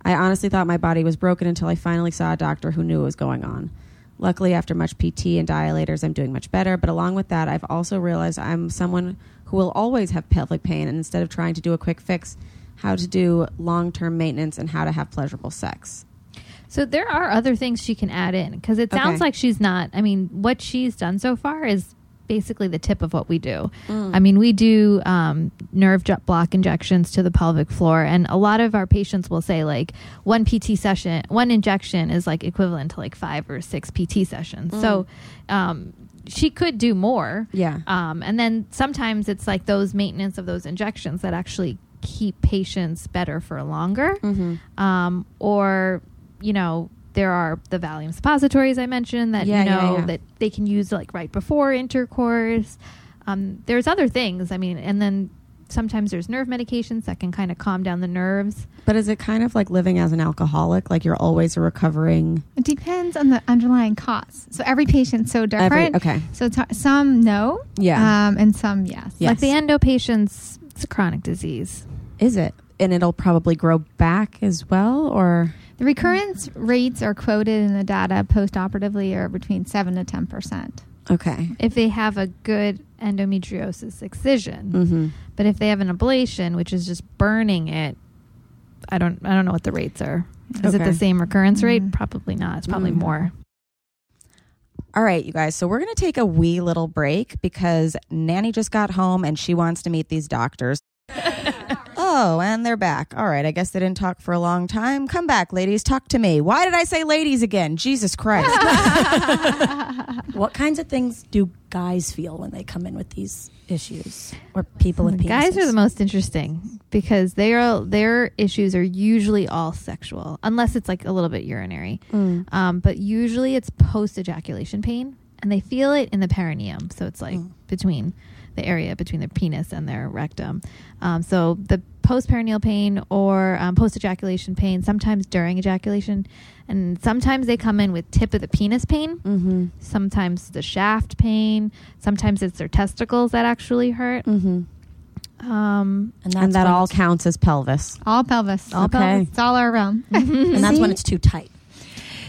A: I honestly thought my body was broken until I finally saw a doctor who knew what was going on. Luckily, after much PT and dilators, I'm doing much better. But along with that, I've also realized I'm someone who will always have pelvic pain. And instead of trying to do a quick fix, how to do long term maintenance and how to have pleasurable sex.
C: So there are other things she can add in because it sounds
A: Okay.
C: like she's not. I mean, what she's done so far is basically the tip of what we do. I mean, we do um, nerve ju- block injections to the pelvic floor, and a lot of our patients will say like one PT session, one injection is like equivalent to like five or six PT sessions. So um, she could do more.
A: Yeah.
C: Um, and then sometimes it's like those maintenance of those injections that actually keep patients better for longer.
A: Mm-hmm.
C: Um, or, you know, there are the Valium suppositories I mentioned that,
A: Yeah,
C: you
A: yeah,
C: know,
A: yeah.
C: that they can use like right before intercourse. Um, there's other things. I mean, and then sometimes there's nerve medications that can kind of calm down the nerves.
A: But is it kind of like living as an alcoholic? Like you're always a recovering.
E: It depends on the underlying cause. So every patient's so different.
A: Every, okay.
E: So it's, hard- some no,
F: Uh,
A: Yeah.
E: um, and some yes.
A: Yes.
C: Like the endo patients, it's a chronic disease.
A: is it? And it'll probably grow back as well, or
E: The recurrence rates are quoted in the data postoperatively are between seven to ten percent.
A: okay.
C: If they have a good endometriosis excision,
A: Mm-hmm.
C: But if they have an ablation, which is just burning it, I don't I don't know what the rates are. Is it
A: Okay.
C: the same recurrence rate?
E: Mm.
C: Probably not. It's probably
A: Mm.
C: more.
F: All right, you guys. So we're going to take a wee little break because Nanny just got home and she wants to meet these doctors. oh, and they're back. All right. I guess they didn't talk for a long time. Come back, ladies. Talk to me. Why did I say ladies again? Jesus Christ.
B: What kinds of things do guys feel when they come in with these issues or people with penises?
C: Guys are the most interesting because they are their issues are usually all sexual, unless it's like a little bit urinary.
A: Mm.
C: Um, but usually it's post ejaculation pain, and they feel it in the perineum. So it's like between the area between their penis and their rectum. Um, so the post perineal pain or um, post ejaculation pain, sometimes during ejaculation, and sometimes they come in with tip of the penis pain,
A: Mm-hmm.
C: sometimes the shaft pain, sometimes it's their testicles that actually hurt.
A: Mm-hmm.
C: Um,
B: and,
A: And that
B: when
A: all
B: it's-
A: counts as pelvis.
E: All pelvis.
A: All Okay. pelvis.
E: It's all our realm. Mm-hmm.
B: and that's when it's too tight.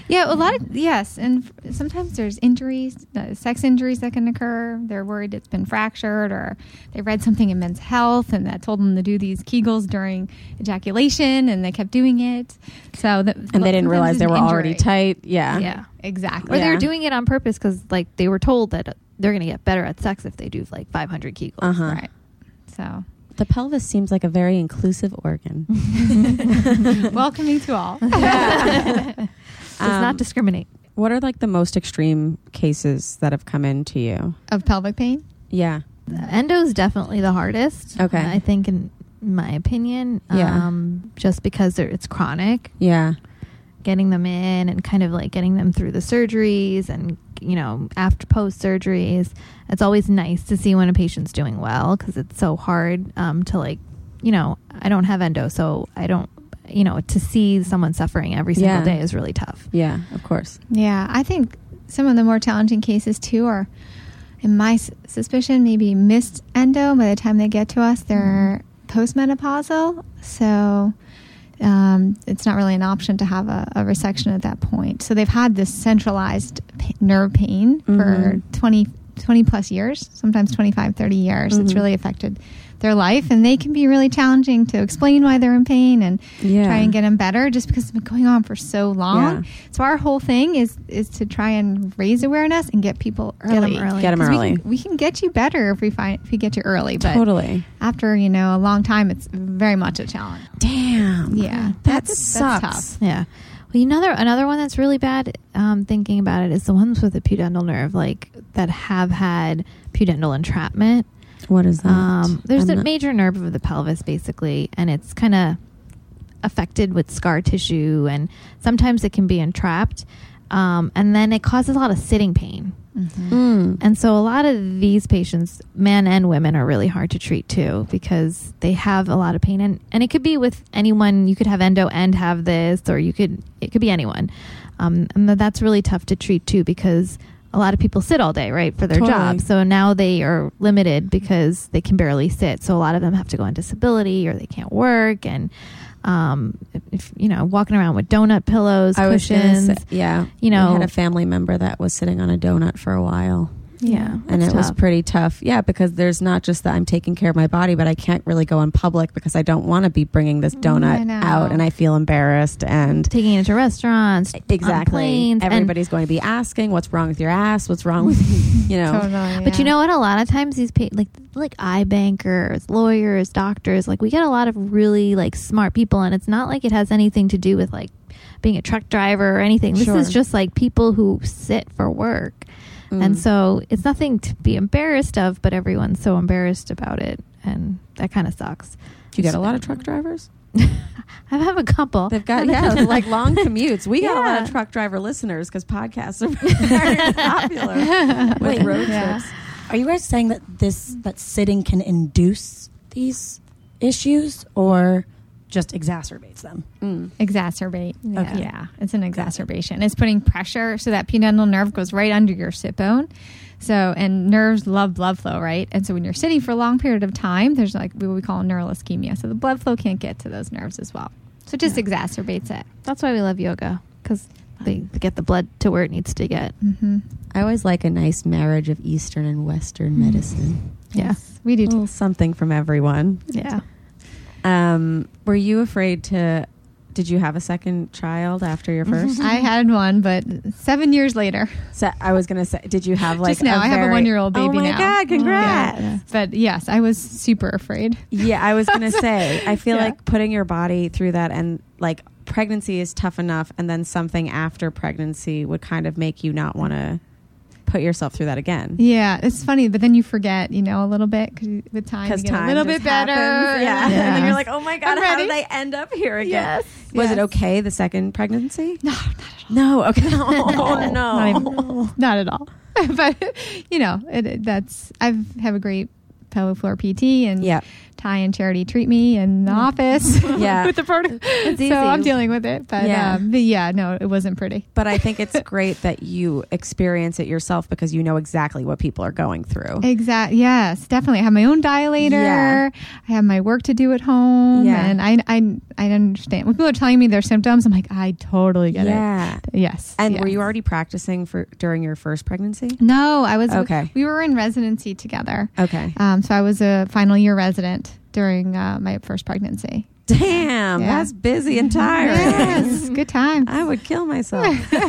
E: yeah, a lot of yes, and f- sometimes there's injuries, uh, sex injuries that can occur. They're worried it's been fractured, or they read something in Men's Health and that told them to do these Kegels during ejaculation, and they kept doing it. So the,
A: And they didn't realize they were already tight. Yeah.
C: yeah.
E: Exactly.
C: Or they're
A: Yeah.
C: doing it on purpose because, like, they were told that they're going to get better at sex if they do like 500 kegels.
A: Uh huh.
E: Right. So
A: The pelvis seems like a very inclusive organ.
E: welcoming to all.
C: Does
A: Um,
C: not discriminate.
A: What are like the most extreme cases that have come into you?
E: of pelvic pain.
A: Yeah.
C: Endo is definitely the hardest.
A: Okay.
C: I think, in my opinion,
A: Yeah.
C: um, just because they're, it's chronic,
A: Yeah.
C: getting them in and kind of like getting them through the surgeries and you know after post surgeries, it's always nice to see when a patient's doing well because it's so hard um, to like you know I don't have endo, so I don't you know to see someone suffering every single
A: Yeah.
C: day is really tough.
A: Yeah. Of course.
E: Yeah, I think some of the more challenging cases too are, in my s- suspicion, maybe missed endo. By the time they get to us, they're postmenopausal, so um, it's not really an option to have a, a resection at that point. So they've had this centralized p- nerve pain for
A: Mhm.
E: 20, 20 plus years, sometimes 25, 30 years. It's
A: Mhm.
E: really affected their life, and they can be really challenging to explain why they're in pain and
A: Yeah.
E: try and get them better just because it's been going on for so long.
A: Yeah.
E: So our whole thing is is to try and raise awareness and get people early.
C: Get 'em early.
A: Get 'em
E: 'Cause we
A: early.
E: can- We can, get you better if we find if we get you early, but
A: totally.
E: after you know a long time, it's very much a challenge.
A: Damn.
E: Yeah,
A: That
E: That's
A: sucks.
E: tough.
C: Yeah. Well, another another one that's really bad. Um, thinking about it is the ones with the pudendal nerve, like that have had pudendal entrapment.
A: What is that?
C: Um, there's
A: I'm
C: a
A: not-
C: major nerve of the pelvis, basically, and it's kind of affected with scar tissue, and sometimes it can be entrapped, um, and then it causes a lot of sitting pain.
E: Mm-hmm.
A: Mm.
C: And so, a lot of these patients, men and women, are really hard to treat too because they have a lot of pain, and and it could be with anyone. You could have endo and have this, or you could it could be anyone, um, and tha- that's really tough to treat too because a lot of people sit all day, right, for their
A: Totally.
C: job. So now they are limited because they can barely sit. So a lot of them have to go on disability or they can't work, and um, if, you know, walking around with donut pillows,
A: I was gonna
C: cushions.
A: say, yeah. we
C: you know.
A: had a family member that was sitting on a donut for a while.
C: yeah,
A: and it
C: that's
A: was
C: tough.
A: pretty tough. Yeah, because there's not just that I'm taking care of my body, but I can't really go in public because I don't want to be bringing this
E: I
A: donut
E: know.
A: out and I feel embarrassed and
C: taking it to restaurants, on
A: exactly
C: planes, and-
A: everybody's going to be asking what's wrong with your ass, what's wrong with you know.
E: Totally,
C: But you
E: yeah.
C: know what? A lot of times these pa- like like eye bankers, lawyers, doctors, like we get a lot of really like smart people, and it's not like it has anything to do with like being a truck driver or anything.
A: Sure.
C: This is just like people who sit for work,
A: Mm.
C: and so it's nothing to be embarrassed of. But everyone's so embarrassed about it, and that kind of sucks.
A: Do you get a lot of truck drivers?
C: I have a couple.
A: They've got yeah, like long commutes. We got a lot
C: Yeah.
A: of truck driver listeners because podcasts are very popular with
B: Wait,
A: road
E: yeah.
A: trips.
B: Are you guys saying that this that sitting can induce these issues or just exacerbates them?
A: Mm.
E: exacerbate.
C: Okay.
E: Yeah, it's an exacerbation. It's putting pressure so that pudendal nerve goes right under your sit bone. So, and nerves love blood flow, right? And so when you're sitting for a long period of time, there's like what we call neural ischemia. So the blood flow can't get to those nerves as well. So it just exacerbates it.
C: That's why we love yoga because they get the blood to where it needs to get.
E: Mm-hmm.
A: I always like a nice marriage of Eastern and Western medicine.
C: Yes.
A: Mm.
E: We
A: A
E: do too.
A: little something from everyone.
C: Yeah.
A: Um, were you afraid to? Did you have a second child after your first?
E: I had one, but seven years later.
A: so I was gonna say, did you have like
E: just now,
A: I
E: I have a one-year-old baby
A: Oh my
E: now.
A: god! Congrats.
E: Yeah. But yes, I was super afraid.
A: Yeah, I was gonna say. I feel
E: Yeah.
A: like putting your body through that, and like pregnancy is tough enough, and then something after pregnancy would kind of make you not want to put yourself through that again.
E: Yeah, it's funny, but then you forget, you know, a little bit because with time, you
A: Because
E: get
A: time
E: a little
A: just
E: bit better.
A: happens. Yeah.
E: and then-
A: and then you're
E: Yeah.
A: like, oh my god,
E: I'm
A: how
E: ready.
A: did I end up here again?
E: Yes.
A: Was
E: yes.
A: it okay the second pregnancy?
E: No, not at all.
A: No. Okay. Oh
E: Not,
A: no.
E: even- not at all. but you know, it, it- that's I've have a great pelvic floor PT and
A: Yeah. Mm.
E: Ty and Charity treat me in the office.
A: Yeah.
E: with the protocol.
C: It's easy.
E: So I'm dealing with it, but
A: Yeah.
E: yeah, um, but yeah, no, it wasn't pretty.
A: But I think it's great that you experience it yourself because you know exactly what people are going through.
E: Exactly. Yes, definitely. I have my own dilator.
A: Yeah.
E: I have my work to do at home.
A: Yeah.
E: And I, I, I understand. When people are telling me their symptoms, I'm like, I totally get it.
A: yeah.
E: Yes.
A: And
E: yes.
A: were you already practicing for during your first pregnancy?
E: No, I was.
A: Okay.
E: We were in residency together.
A: Okay.
E: Um, so I was a final year resident during uh, my first pregnancy.
A: Damn,
E: Yeah. Mm-hmm.
A: that's busy and tiring.
E: Yes. Good time.
A: I would kill myself.
C: yeah,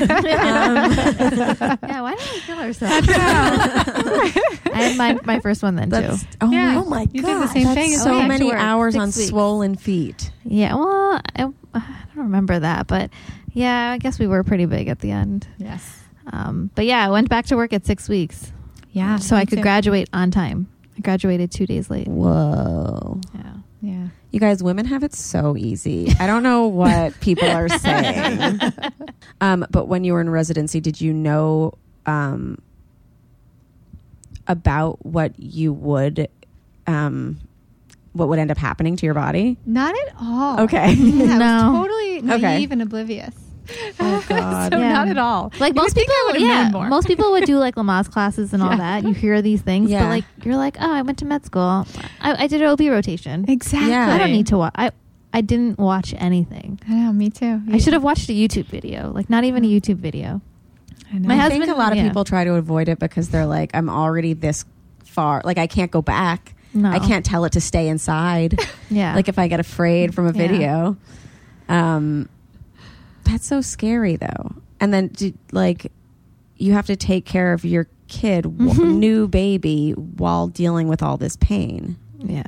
C: why did I kill herself? I had my, my first one then
A: That's,
C: too.
A: oh
E: Yeah.
A: my
B: Oh my
E: You did
B: god.
E: the same
B: that's
E: thing as
A: so
E: I had to
A: many
C: work
A: hours
C: six
A: on
C: weeks.
A: swollen feet.
C: Yeah, well, I, I don't remember that, but yeah, I guess we were pretty big at the end.
E: Yes.
C: Um, but yeah, I went back to work at six weeks,
A: Ah,
E: Yeah.
C: so I
E: me
C: could
E: too.
C: graduate on time. I graduated two days late.
A: Whoa.
C: Yeah.
E: Yeah.
A: You guys, women have it so easy. I don't know what people are saying. Um, but when you were in residency, did you know um, about what you would, um, what would end up happening to your body?
E: Not at all.
A: Okay.
E: Yeah, I
C: No.
E: was totally naive
A: Okay.
E: and oblivious.
A: Oh, God.
E: so
C: Yeah.
E: not at all.
C: Like
E: You would
C: most
E: think
C: people,
E: I would have
C: yeah,
E: known more.
C: most people would do like Lamaze classes and all
E: Yeah.
C: that. You hear these things,
A: Yeah.
C: but like you're like, oh, I went to med school. I, I did an OB rotation.
E: Exactly.
A: Yeah.
C: I don't need to watch. I I didn't watch anything.
E: I know. Me too.
C: I should have watched a YouTube video. Like not even a YouTube video.
E: I know.
C: My
A: I
C: husband-
A: think a lot of
C: yeah.
A: people try to avoid it because they're like, I'm already this far. Like, I can't go back.
C: No.
A: I can't tell it to stay inside.
C: Yeah.
A: Like, if I get afraid from a
C: Yeah.
A: video. Um, that's so scary, though. And then, do, like, you have to take care of your kid, w- new baby, while dealing with all this pain.
C: yeah.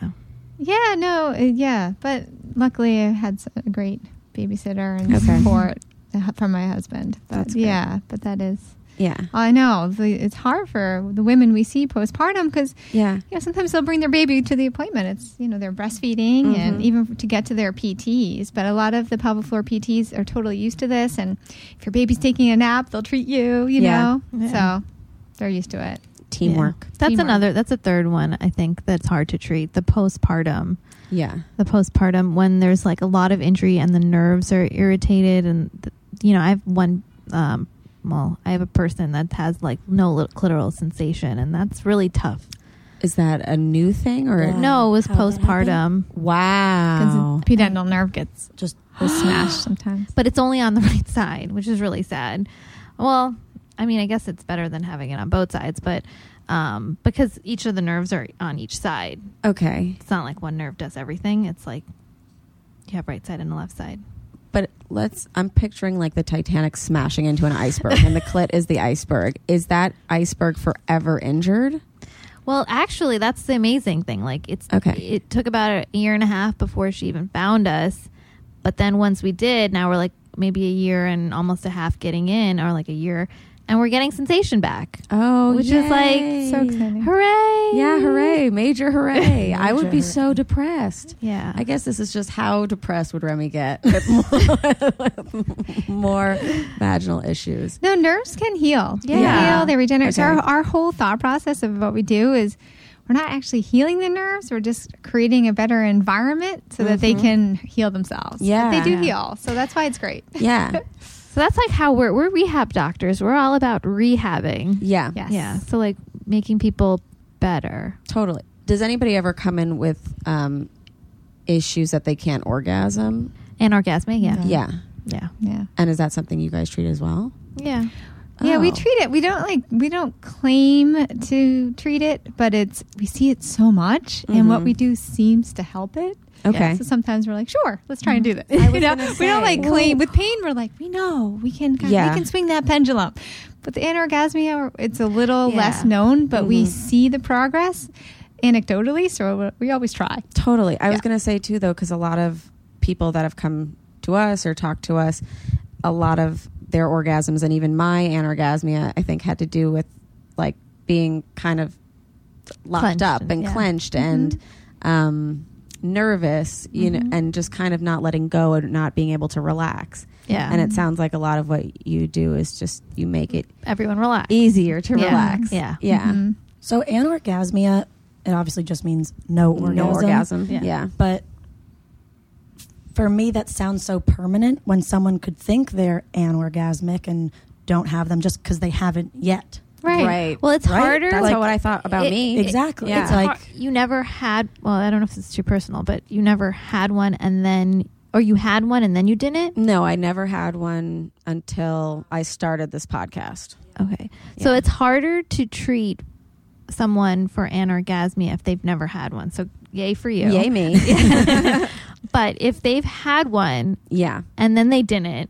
E: Yeah, no, uh, yeah, but luckily I had s- a great babysitter and
A: Okay.
E: support uh, from my husband. But
A: That's good.
E: yeah, but that is
A: Yeah.
E: I know the, it's hard for the women we see postpartum because
A: Yeah.
E: you know sometimes they'll bring their baby to the appointment. It's you know they're breastfeeding and
A: Mhm.
E: even to get to their PTs. But a lot of the pelvic floor PTs are totally used to this, and if your baby's taking a nap, they'll treat you. You
A: Yeah.
E: know,
C: Yeah.
E: so they're used to it.
A: Teamwork.
C: That's
E: Teamwork.
C: another. That's a third one. I think that's hard to treat. The postpartum.
A: Yeah.
C: The postpartum when there's like a lot of injury and the nerves are irritated and th- you know I have one. Um, well, I have a person that has like no lit- clitoral sensation and that's really tough.
A: Is that a new thing or?
B: Yeah.
C: No, it was
B: How that
C: postpartum,
B: happened?
A: Wow.
E: Because the pudendal nerve gets
B: Just
E: smashed sometimes.
C: but it's only on the right side, which is really sad. Well, I mean, I guess it's better than having it on both sides, but um, because each of the nerves are on each side,
A: Okay.
C: it's not like one nerve does everything. It's like you have right side and a left side.
A: But let's. I'm picturing like the Titanic smashing into an iceberg, and the clit is the iceberg. Is that iceberg forever injured?
C: Well, actually, that's the amazing thing. Like, it's
A: Okay.
C: It took about a year and a half before she even found us, but then once we did, now we're like maybe a year and almost a half getting in, or like a year, and we're getting sensation back.
A: Oh,
C: Which is, like,
A: yay.
E: So exciting.
C: Hooray!
A: Yeah, hooray! Major hooray! I would be
B: Major.
A: so depressed.
C: Yeah.
A: I guess this is just how depressed would Remy get? More vaginal issues.
E: No, nerves can heal. They
C: Yeah.
E: heal, they regenerate. So
A: Okay.
E: our, our whole thought process of what we do is we're not actually healing the nerves, we're just creating a better environment so that they can heal themselves. But
A: Yeah.
E: they do
C: Yeah.
E: heal. So that's why it's great.
A: Yeah,
C: So that's like how we're we're rehab doctors. We're all about rehabbing.
A: yeah,
E: Yes.
C: Yeah. So like making people better.
A: totally. Does anybody ever come in with um, issues that they can't orgasm?
C: And orgasmic, yeah.
B: No.
A: Yeah,
C: Yeah.
E: Yeah.
A: and is that something you guys treat as well?
C: Yeah.
E: Yeah, we
A: Oh.
E: treat it. We don't like we don't claim to treat it, but it's we see it so much and what
A: Mhm.
E: we do seems to help it.
A: Okay.
E: So sometimes we're like, sure, let's try and do this.
A: Mm-hmm. I was
E: You know,
A: gonna
E: we don't
A: say.
E: like claim with pain. We're like, we know we can. Kind
A: Yeah.
E: we can swing that pendulum. But the anorgasmia, it's a little
C: Yeah.
E: less known, but we
A: Mhm.
E: see the progress anecdotally. So we always try.
A: Totally. I was
E: Yeah.
A: going to say too, though, because a lot of people that have come to us or talked to us, a lot of their orgasms and even my anorgasmia, I think, had to do with like being kind of locked
C: Clenched
A: up
C: and-
A: and
C: yeah. Mm-hmm.
A: clenched and um, nervous, you know,
C: Mm-hmm.
A: and just kind of not letting go and not being able to relax.
C: Yeah. Mm-hmm.
A: And it sounds like a lot of what you do is just you make it
C: Everyone relax.
A: easier to
C: Yeah.
A: relax.
C: Yeah.
A: Yeah.
E: Mhm.
B: So anorgasmia, it obviously just means no orgasm.
A: No orgasm.
C: Mm-hmm. Yeah.
A: yeah.
B: But for me, that sounds so permanent when someone could think they're anorgasmic and don't have them just because they haven't yet.
C: Right.
A: Right.
C: Well, it's
B: Right?
C: harder.
A: That's
B: Like-
A: what I thought about
C: It-
A: me.
B: Exactly.
A: Yeah.
B: It's
C: It's
B: like
C: hard- you never had. Well, I don't know if it's too personal, but you never had one, and then or you had one and then you didn't.
A: No, I never had one until I started this podcast.
C: Okay. So
A: Yeah.
C: it's harder to treat someone for anorgasmia if they've never had one. So yay for you.
A: Yay me.
C: But if they've had one
A: yeah.
C: and then they didn't,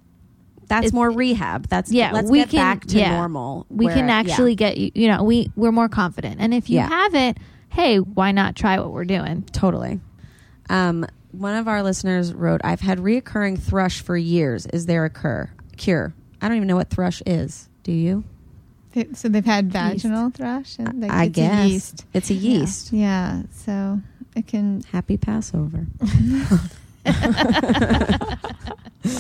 A: That's
C: It's-
A: more rehab. That's
C: Yeah,
A: let's
C: we
A: get
C: can-
A: back to
C: yeah.
A: normal.
C: we
A: where-
C: can
A: yeah.
C: actually get you. You know, we we're more confident. And if you
A: Yeah.
C: have it, hey, why not try what we're doing?
A: totally. Um, one of our listeners wrote, "I've had reoccurring thrush for years. Is there a cure? Cure? I don't even know what thrush is. Do you?
E: They- So they've had vaginal thrush and like
A: I
E: it's
A: guess
E: a yeast.
A: it's a yeast.
E: Yeah. So it can.
A: Happy Passover.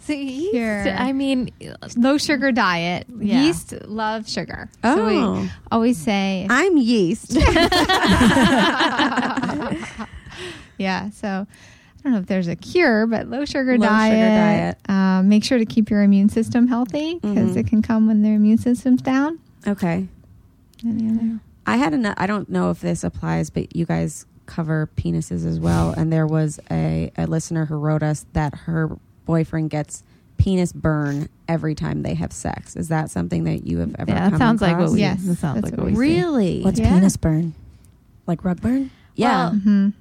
C: So yeast,
E: Sure.
C: I mean,
E: Low sugar diet.
C: Yeah.
E: Yeast love sugar. So we
A: Oh.
E: always say
A: I'm yeast.
E: yeah. So I don't know if there's a cure, but low sugar
A: Low sugar
E: diet. Uh, make sure to keep your immune system healthy because
A: Mhm.
E: it can come when the immune system's down.
A: okay."
E: And the other-
A: I had an I don't know if this applies, but you guys cover penises as well. And there was a, a listener who wrote us that her boyfriend gets penis burn every time they have sex. Is that something that you have ever?
C: yeah, that
A: come
C: sounds like
A: across?
C: what we.
E: Yes,
C: that sounds
E: that's
C: like
E: what
C: what we
E: we
C: see.
A: really.
B: what's
E: Yeah.
B: penis burn? Like rug burn?
A: yeah.
C: Well,
E: Mhm.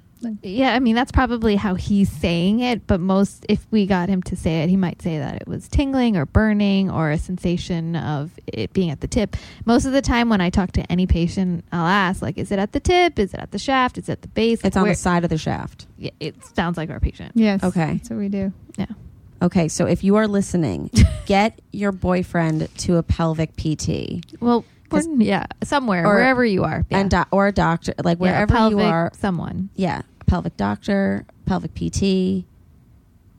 C: Yeah, I mean that's probably how he's saying it, but most if we got him to say it, he might say that it was tingling or burning or a sensation of it being at the tip. Most of the time when I talk to any patient, I'll ask like is it at the tip? Is it at the shaft? Is it at the base? Like,
A: it's on
C: where-
A: the side of the shaft.
C: Yeah, it sounds like our patient.
E: Yes.
A: Okay.
E: That's what we do.
C: Yeah.
A: Okay, so if you are listening, get your boyfriend to a pelvic PT
C: Well, we're-
A: 'Cause-
C: yeah, somewhere
A: or-
C: wherever you are. Yeah.
A: and do- or a doctor, like
C: Yeah,
A: wherever
C: pelvic,
A: you are.
C: someone.
A: Yeah, pelvic doctor, pelvic PT,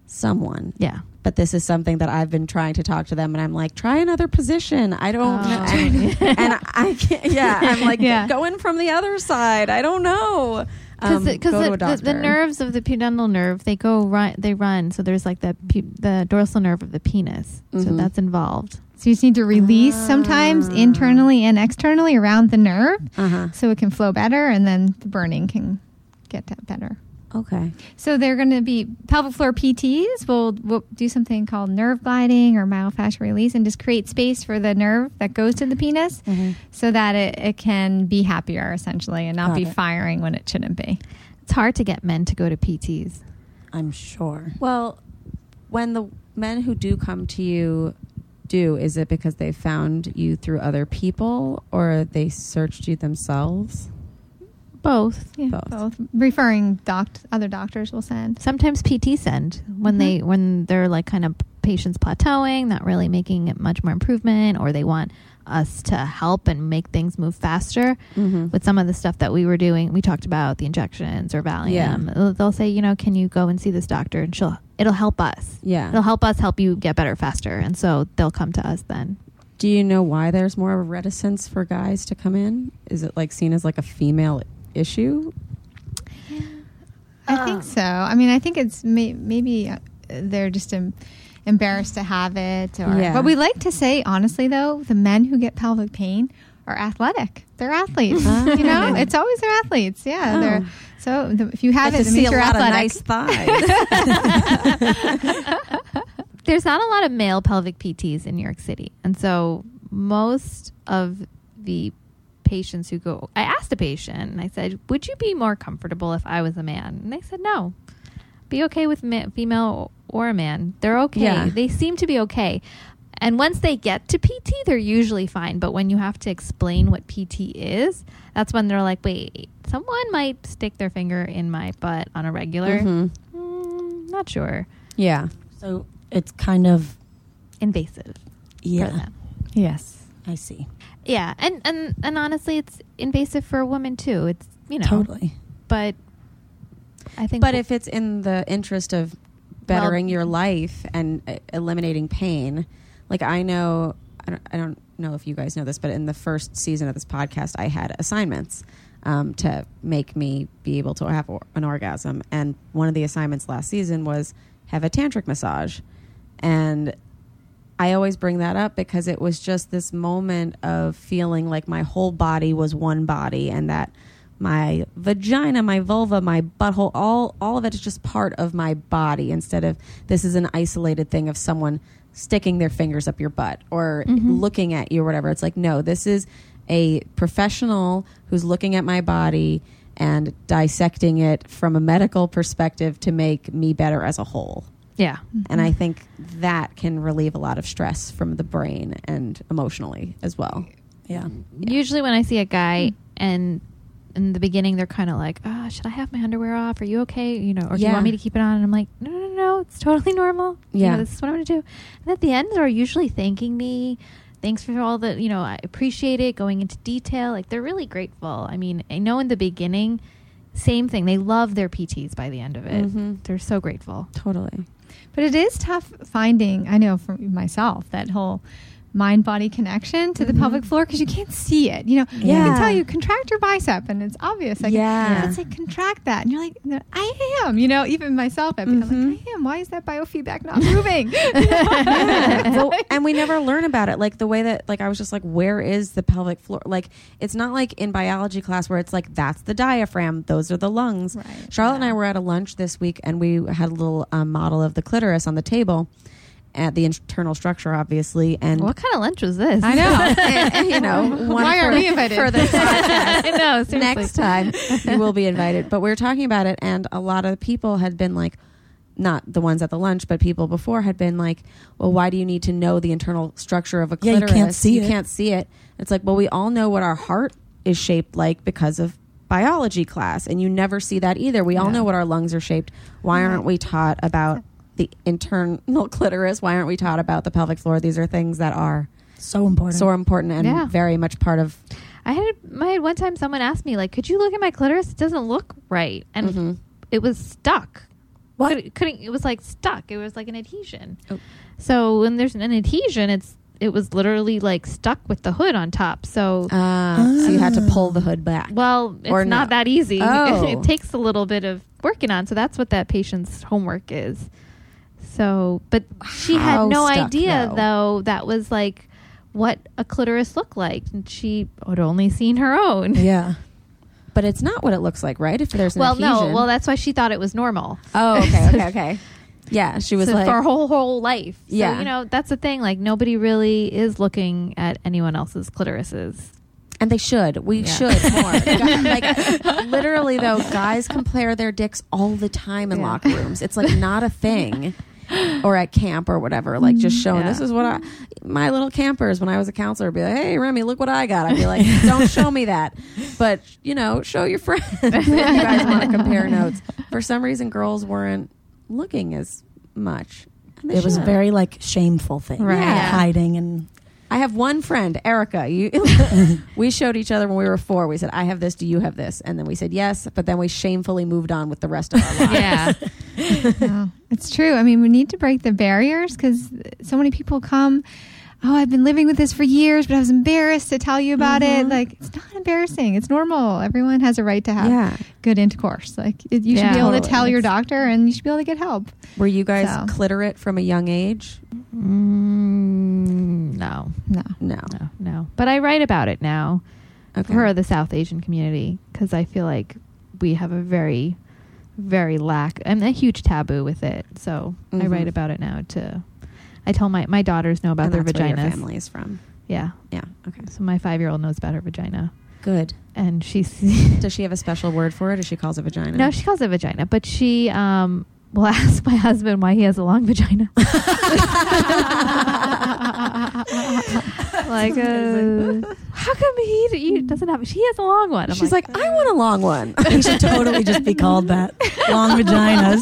A: someone.
C: Yeah.
A: but this is something that I've been trying to talk to them, and I'm like, try another position. I don't,
C: Oh.
A: know. and, and I can't. Yeah, I'm like
E: Yeah.
A: going from the other side. I don't know. Um,
C: because
A: go to
C: the,
A: a
C: the,
A: doctor.
C: the nerves of the pudendal nerve they go run they run so there's like the pu- the dorsal nerve of the penis so
A: Mhm.
C: that's involved
E: So you just need to release sometimes
A: Ah.
E: internally and externally around the nerve
A: Uh-huh.
E: so it can flow better and then the burning can get that better.
A: Okay.
E: So they're going to be pelvic floor PTs. We'll, we'll do something called nerve gliding or myofascial release and just create space for the nerve that goes to the penis so that it, it can be happier essentially and not
B: Got
E: be
B: it.
E: firing when it shouldn't be.
C: It's hard to get men to go to PTs.
B: I'm sure.
A: Well, when the men who do come to you do, is it because they found you through other people or they searched you themselves?
C: Both.
E: Yeah,
A: Both.
E: both. Referring doct- other doctors will send.
C: Sometimes PT send
A: Mm-hmm.
C: when they when they're like kind of patients plateauing, not really making it much more improvement, or they want us to help and make things move faster.
A: Mm-hmm.
C: With some of the stuff that we were doing, we talked about the injections or Valium.
A: Yeah.
C: They'll- They'll say, you know, can you go and see this doctor, and she'll it'll help us. It'll
A: Yeah.
C: help us help you get better faster, and so they'll come to us then.
A: Do you know why there's more of a reticence for guys to come in? Is it like seen as like a female issue?
E: I think so. I mean, I think it's may- maybe uh, they're just em- embarrassed to have it. Or,
A: Yeah.
E: But we like to say, honestly, though, the men who get pelvic pain are athletic. They're athletes. you know, it's always their athletes. Yeah.
A: Oh.
E: They're, so the, if you have
A: Like
E: it,
A: to
E: it
A: see
E: means
A: a
E: you're
A: lot
E: athletic.
A: of nice thighs.
C: there's not a lot of male pelvic PTs in New York City. And so most of the patients who go, I asked a patient, and I said, Would you be more comfortable if I was a man? And they said, No. Be okay with ma- female or a man. They're okay.
A: Yeah.
C: They seem to be okay. And once they get to PT, they're usually fine. But when you have to explain what PT is, that's when they're like, wait, someone might stick their finger in my butt on a regular.
A: Mhm.
C: Mm, not sure.
A: Yeah.
B: So it's kind of
C: Invasive
B: yeah.
C: for them.
E: Yes.
B: I see.
C: Yeah, and and and honestly, it's invasive for a woman too. It's you know,
B: Totally.
C: but I think,
A: But if it's in the interest of bettering your life and uh, eliminating pain, like I know, I don't, I don't know if you guys know this, but in the first season of this podcast, I had assignments um, to make me be able to have or- an orgasm. And one of the assignments last season was have a tantric massage. And I always bring that up because it was just this moment of feeling like my whole body was one body and that my vagina, my vulva, my butthole, all all of it is just part of my body instead of this is an isolated thing of someone sticking their fingers up your butt or looking at you or whatever. It's like, no, this is a professional who's looking at my body and dissecting it from a medical perspective to make me better as a whole.
C: yeah,
E: Mm-hmm.
A: And I think that can relieve a lot of stress from the brain and emotionally as well.
B: Yeah.
C: usually when I see a guy
A: Hmm.
C: and in the beginning they're kind of like, ah, should I have my underwear off? Are you okay? You know, or do you
A: Yeah.
C: want me to keep it on? And I'm like, no, no, no, no it's totally normal. You
A: Yeah.
C: know, this is what I'm gonna do. And at the end, they're usually thanking me. Thanks for all the, you know, I appreciate it. Going into detail, like they're really grateful. I mean, I know in the beginning, same thing. They love their PTs by the end of it.
A: Mhm.
C: They're so grateful.
A: Totally.
E: But it is tough finding, I know for myself, that whole mind body connection to the pelvic floor because you can't see it. You know, I
A: Mm-hmm. Yeah.
E: can tell you contract your bicep and it's obvious. I can-
A: Yeah.
E: It's like contract that. And you're like, "No, I am. You know, even myself, I've been
A: Mhm.
E: like, I am. Why is that biofeedback not moving?
A: well, and we never learn about it. Like the way that, like, I was just like, where is the pelvic floor? Like, it's not like in biology class where it's like, that's the diaphragm, those are the lungs.
E: Right.
A: Charlotte and I were at a lunch this week and we had a little um, model of the clitoris on the table at the internal structure, obviously. And
C: What kind of lunch was this?
E: I know.
A: and, you know, one
E: Why are
A: for-
E: we invited?
A: for the podcast.
C: I know. Oh, Seriously.
A: next time you will be invited. But we were talking about it, and a lot of people had been like, not the ones at the lunch, but people before had been like, "Well, why do you need to know the internal structure of a
B: Yeah, you
A: clitoris?
B: can't see it."
A: can't see it." It's like, well, we all know what our heart is shaped like because of biology class, and you never see that either. We all
E: Yeah.
A: know what our lungs are shaped. Why aren't we taught about the internal clitoris? Why aren't we taught about the pelvic floor? These are things that are
B: So important.
A: so important and
C: Yeah.
A: very much part of
C: I had I had one time someone asked me like, "Could you look at my clitoris? It doesn't look right," and
A: Mhm.
C: it was stuck.
B: What?
C: Couldn't, couldn't it was like stuck. It was like an adhesion.
A: Oh.
C: So when there's an adhesion, it's it was literally like stuck with the hood on top. So
A: Uh, So you had to pull the hood back.
C: well, it's
A: or
C: not
A: no.
C: that easy.
A: Oh.
C: it takes a little bit of working on. So that's what that patient's homework is. So, but she had
A: How
C: no
A: stuck,
C: idea
A: though?
C: though that was like what a clitoris looked like, and she had only seen her own.
B: Yeah.
A: But it's not what it looks like, right? If there's an
C: well, no,
A: adhesion.
C: well that's why she thought it was normal.
A: oh, okay, okay, okay. Yeah, she was
C: so
A: like,
C: for her whole whole life. So,
A: Yeah.
C: you know that's the thing. Like nobody really is looking at anyone else's clitorises.
A: and they should. We
C: Yeah.
A: should more. like literally, though, guys compare their dicks all the time in
C: Yeah.
A: locker rooms. It's like not a thing. Or at camp or whatever, like just showing
C: Yeah.
A: this is what I, my little campers when I was a counselor would be like, hey Remy, look what I got. I'd be like, don't show me that, but you know, show your friends. if you guys want to compare notes. For some reason, girls weren't looking as much. and they
B: It was
A: should.
B: very like shameful thing.
C: Right.
B: like,
A: Yeah.
B: Hiding and
A: I have one friend, Erica. You, we showed each other when we were four. We said, "I have this. Do you have this?" And then we said yes, but then we shamefully moved on with the rest of our lives.
C: Yeah.
E: No, it's true. I mean, we need to break the barriers because so many people come. Oh, I've been living with this for years, but I was embarrassed to tell you about it. Like, it's not embarrassing. It's normal. Everyone has a right to have
A: Yeah.
E: good intercourse. Like, it, you
C: Yeah.
E: should be able to
A: Totally.
E: tell your doctor, and you should be able to get help.
A: Were you guys
E: So.
A: clitorate from a young age?
C: Mm, no,
E: No,
A: No.
C: no, no. But I write about it now.
A: Okay.
C: for the South Asian community because I feel like we have a very, very lack and a huge taboo with it. So I
A: Mhm.
C: write about it now to. I tell my my daughters know about
A: and
C: their
A: that's where your
C: vaginas.
A: family is from.
C: Yeah,
A: Yeah. Okay.
C: so my five year old knows about her vagina,
A: Good.
C: and she's
A: Does she have a special word for it, or she calls it vagina?
C: no, she calls it vagina, but she um will ask my husband why he has a long vagina. like, uh, how come he, he doesn't have? She has a long one. I'm
A: Mm. She's like, I want a long one.
B: we should totally just be called that. Long vaginas,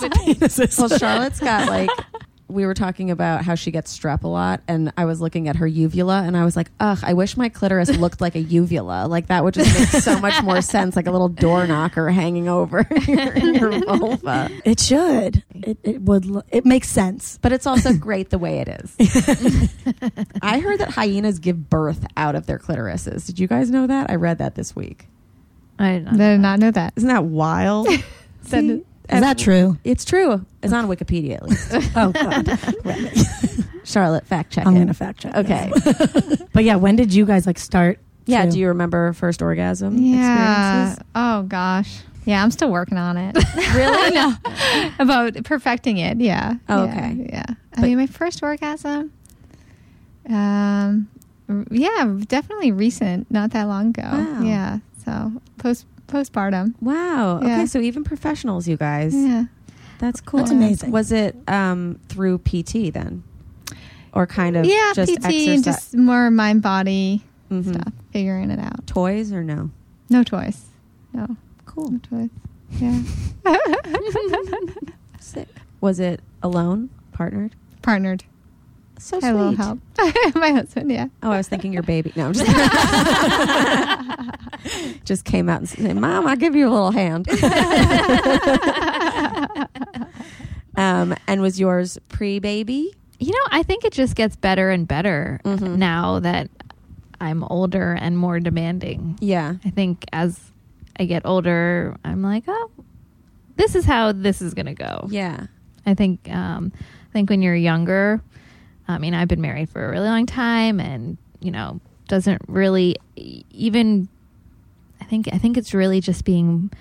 B: penises.
A: well, Charlotte's got like we were talking about how she gets strep a lot, and I was looking at her uvula, and I was like, ugh, I wish my clitoris looked like a uvula. Like that would just make so much more sense, like a little door knocker hanging over your, your vulva.
B: It should. It, it would. lo- It makes sense.
A: But it's also great the way it is. I heard that hyenas give birth out of their clitorises. Did you guys know that? I read that this week.
C: I don't know.
E: they did not know that.
A: Isn't that wild? See?
B: Is that true?
A: It's true. It's on Wikipedia at least.
B: Oh God,
A: Charlotte, fact check
B: I'm
A: it.
B: gonna fact check. this.
A: Okay.
B: but yeah, when did you guys like start?
A: Yeah.
B: to-
A: Do you remember first orgasm
E: Yeah.
A: experiences?
E: Oh gosh. Yeah, I'm still working on it. really? no. About perfecting it. Yeah.
A: Oh,
E: Yeah,
A: okay.
E: Yeah. I
A: But-
E: mean, my first orgasm. Um, r- yeah, definitely recent. Not that long ago.
A: Wow.
E: Yeah. So post postpartum.
A: Wow.
E: Yeah.
A: Okay. So even professionals, you guys.
E: Yeah.
A: That's cool.
B: That's amazing.
A: Was it um, through PT then? Or kind of
E: yeah.
A: just
E: PT and
A: exercise?
E: just more mind body
A: Mhm.
E: stuff, figuring it out.
A: Toys or no?
E: No toys. No.
A: Cool.
E: No toys. Yeah.
A: Sick. Was it alone? Partnered?
E: Partnered.
A: So
E: Had a little
A: Oh, sweet.
E: help. my husband. Yeah.
A: Oh, I was thinking your baby. No, I'm just just came out and said, "Mom, I'll give you a little hand." um, and was yours pre-baby?
C: You know, I think it just gets better and better
A: Mhm.
C: now that I'm older and more demanding.
A: Yeah.
C: I think as I get older, I'm like, oh, this is how this is going to go.
A: Yeah.
C: I think um, I think when you're younger, I mean, I've been married for a really long time, and you know, doesn't really e- even. I think I think it's really just being.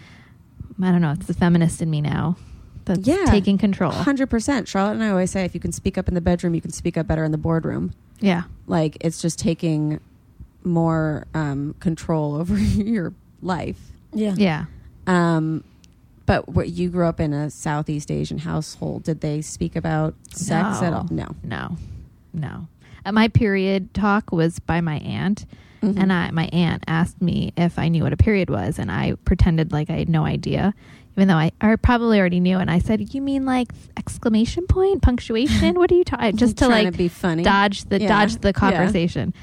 C: I don't know. It's the feminist in me now. That's
A: Yeah.
C: taking control.
A: Hundred percent. Charlotte and I always say, if you can speak up in the bedroom, you can speak up better in the boardroom.
C: Yeah.
A: Like it's just taking more um, control over your life.
B: Yeah.
C: Yeah.
A: Um, but what, you grew up in a Southeast Asian household. Did they speak about sex at all? No.
C: No, no. Uh, my period talk was by my aunt,
A: Mhm.
C: and I my aunt asked me if I knew what a period was, and I pretended like I had no idea, even though I, I probably already knew. And I said, "You mean like exclamation point, punctuation? what are you talking?" Uh, Just to
A: Trying
C: like
A: to be funny.
C: dodge the
A: Yeah.
C: dodge the
A: Yeah.
C: conversation.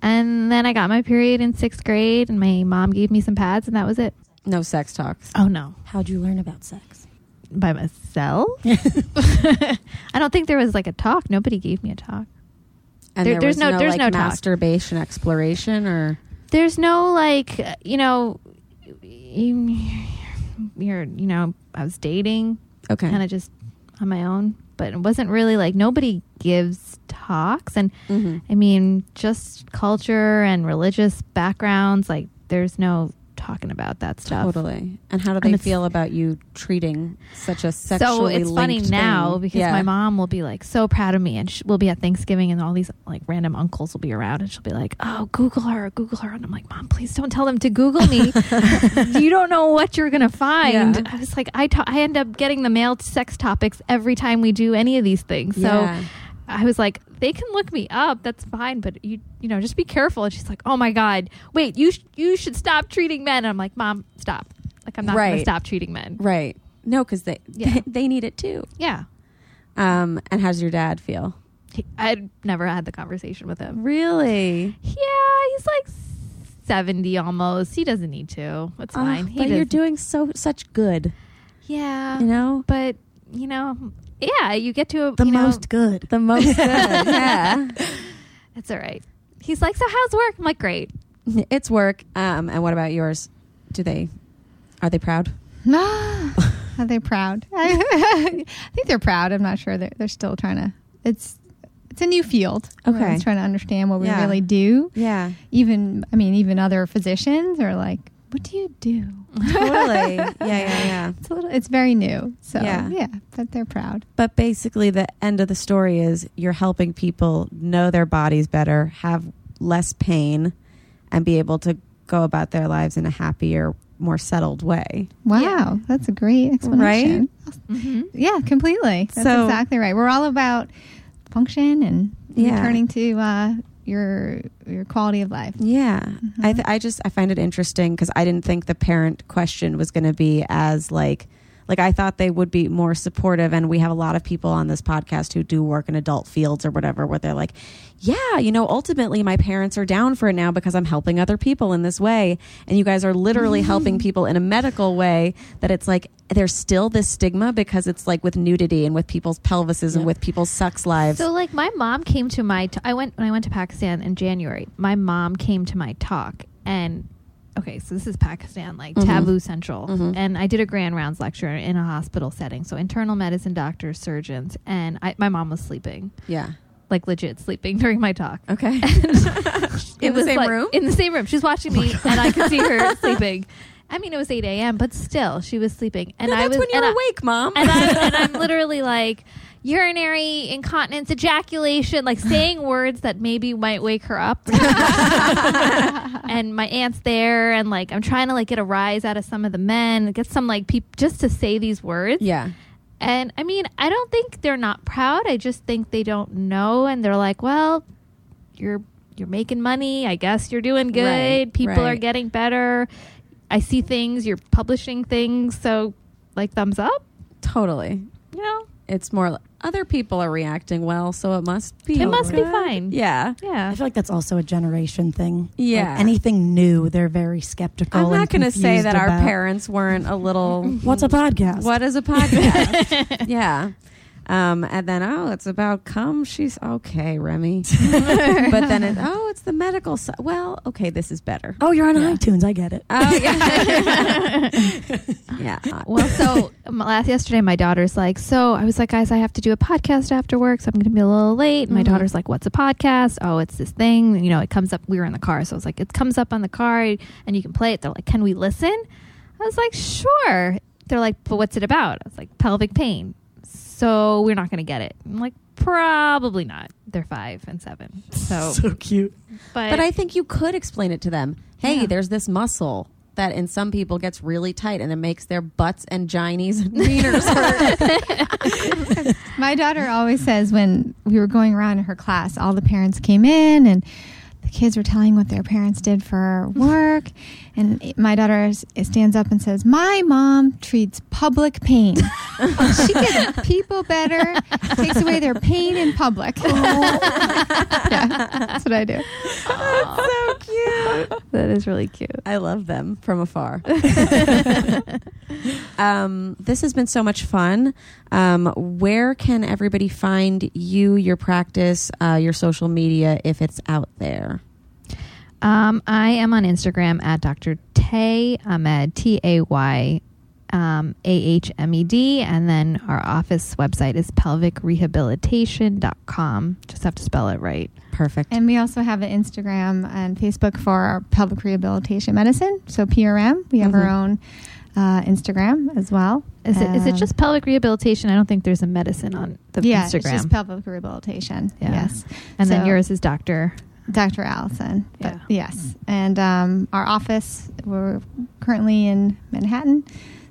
C: And then I got my period in sixth grade, and my mom gave me some pads, and that was it.
A: No sex talks.
C: Oh no,
B: How'd you learn about sex?
C: by myself. I don't think there was like a talk. Nobody gave me a talk.
A: And
C: There-
A: there
C: there's
A: was
C: no- there's
A: like,
C: no talk.
A: masturbation exploration or
C: there's no like uh, you know you- you're you know i was dating
A: okay.
C: kind of just on my own but it wasn't really like nobody gives talks. And
A: Mm-hmm.
C: I mean, just culture and religious backgrounds, like there's no talking about that stuff.
A: Totally. And how do
C: And
A: they
C: it's-
A: feel about you treating such a sexually
C: so it's funny
A: linked
C: now
A: thing?
C: because
A: Yeah.
C: my mom will be like so proud of me and sh- we'll be at thanksgiving and all these like random uncles will be around and she'll be like oh google her google her and i'm like mom please don't tell them to google me you don't know what you're gonna find
A: Yeah.
C: i was like I ta- I end up getting the male sex topics every time we do any of these things so
A: Yeah.
C: i was like they can look me up that's fine but you you know just be careful and she's like oh my god wait you sh- you should stop treating men and i'm like mom stop like i'm not gonna
A: Right.
C: stop treating men
A: Right. No, because they,
C: Yeah.
A: they need it too.
C: yeah
A: Um, and how does your dad feel?
C: He- I'd never had the conversation with him.
A: Really?
C: Yeah, he's like 70 almost. He doesn't need to. It's
A: Oh,
C: fine. He
A: but you're
C: doesn't-
A: doing so such good.
C: Yeah.
A: You know,
C: But, you know, yeah, you get to a,
B: The
C: you know,
B: most good.
A: the most good. yeah,
C: It's all right. He's like, so how's work? I'm like, great.
A: it's work. Um, and what about yours? Do they are they proud?
E: Are they proud? I think they're proud. I'm not sure. They're, they're still trying to. It's it's a new field.
A: Okay.
E: Everyone's trying to understand what we
A: Yeah.
E: really do.
A: Yeah,
E: Even I mean, even other physicians are like, "What do you do?"
A: totally. Yeah, yeah, yeah.
E: It's a little. It's very new. So
A: Yeah.
E: yeah, but they're proud.
A: But basically, the end of the story is you're helping people know their bodies better, have less pain, and be able to go about their lives in a happier, more settled way.
E: Wow,
C: Yeah.
E: that's a great explanation.
C: hmm
E: Yeah, completely. That's
A: So-
E: exactly right. We're all about function and
A: Yeah.
E: returning to uh, your your quality of life.
A: Yeah,
C: Mm-hmm.
A: I th- I just I find it interesting because I didn't think the parent question was going to be as like like I thought they would be more supportive, and we have a lot of people on this podcast who do work in adult fields or whatever, where they're like, yeah, you know, ultimately my parents are down for it now because I'm helping other people in this way, and you guys are literally
C: Mm.
A: helping people in a medical way that it's like there's still this stigma because it's like with nudity and with people's pelvises and
B: Yep.
A: with people's sex lives.
C: So like my mom came to my t- I went when I went to Pakistan in January. My mom came to my talk and okay, so this is Pakistan like
A: Mhm.
C: taboo central
A: Mhm.
C: and I did a grand rounds lecture in a hospital setting. So internal medicine doctors, surgeons and I, my mom was sleeping.
A: yeah.
C: Like legit sleeping during my talk.
A: Okay.
C: It
A: in the
C: was,
A: same
C: like,
A: room. Oh
C: In the same room. She's watching me and I could see her sleeping. I mean, it was 8 a.m., but still, she was sleeping. And
A: No,
C: I
A: that's
C: was
A: when you're
C: and I-
A: awake, mom.
C: and, I, and I'm literally like urinary incontinence, ejaculation, like saying words that maybe might wake her up. and my aunt's there, and like I'm trying to like get a rise out of some of the men, get some like people just to say these words.
A: yeah.
C: And I mean, I don't think they're not proud. I just think they don't know, and they're like, well, you're you're making money. I guess you're doing good.
A: Right,
C: People are
A: right.
C: getting better. I see things. You're publishing things. So, like, thumbs up.
A: Totally.
C: You know.
A: It's more li- other people are reacting well, so it must be.
C: It must be
A: good.
C: fine.
A: Yeah.
C: Yeah.
B: I feel like that's also a generation thing.
A: Yeah.
B: Like, anything new, they're very skeptical.
A: I'm not
B: going to
A: say that our parents weren't a little.
B: What's a podcast?
A: What is a podcast? yeah. Um, and then oh, it's about cum. She's okay, Remy. but then it, oh, it's the medical side. Well, okay, this is better.
B: Oh, you're on iTunes. I get it.
A: Oh yeah, yeah.
C: well, so um, last yesterday, my daughter's like, so I was like, guys, I have to do a podcast after work, so I'm going to be a little late. And my
A: Mhm.
C: daughter's like, what's a podcast? Oh, it's this thing. And, you know, it comes up. We were in the car, so I was like, it comes up on the car, and you can play it. They're like, can we listen? I was like, sure. They're like, but what's it about? I was like, pelvic pain. So we're not going to get it. I'm like, probably not. They're five and seven, so
B: so cute.
C: but,
A: But I think you could explain it to them. Hey,
C: Yeah.
A: there's this muscle that in some people gets really tight and it makes their butts and ginies and wieners hurt.
E: My daughter always says when we were going around in her class, all the parents came in and the kids were telling what their parents did for work. And it- my daughter s- stands up and says, My mom treats public pain. she gets people better, takes away their pain in public. yeah, that's what I do.
A: so cute.
C: that is really cute.
A: I love them from afar. um, this has been so much fun. Um, where can everybody find you, your practice, uh, your social media if it's out there?
C: Um, I am on Instagram at Dr. Tay Ahmed, T A Y um, AHMED. And then our office website is pelvicrehabilitation.com. Just have to spell it right.
A: Perfect.
E: And we also have an Instagram and Facebook for our pelvic rehabilitation medicine. So PRM, we have our own uh, Instagram as well.
C: Mm-hmm. Is, it, is it
E: Um,
C: just pelvic rehabilitation? I don't think there's a medicine on the
E: yeah,
C: Instagram.
E: it's just pelvic rehabilitation.
C: Yeah.
E: Yes,
C: and then
E: so-
C: yours is Dr.
E: Dr. Allison. But
C: Yeah.
E: Yes, and um, our office we're currently in Manhattan.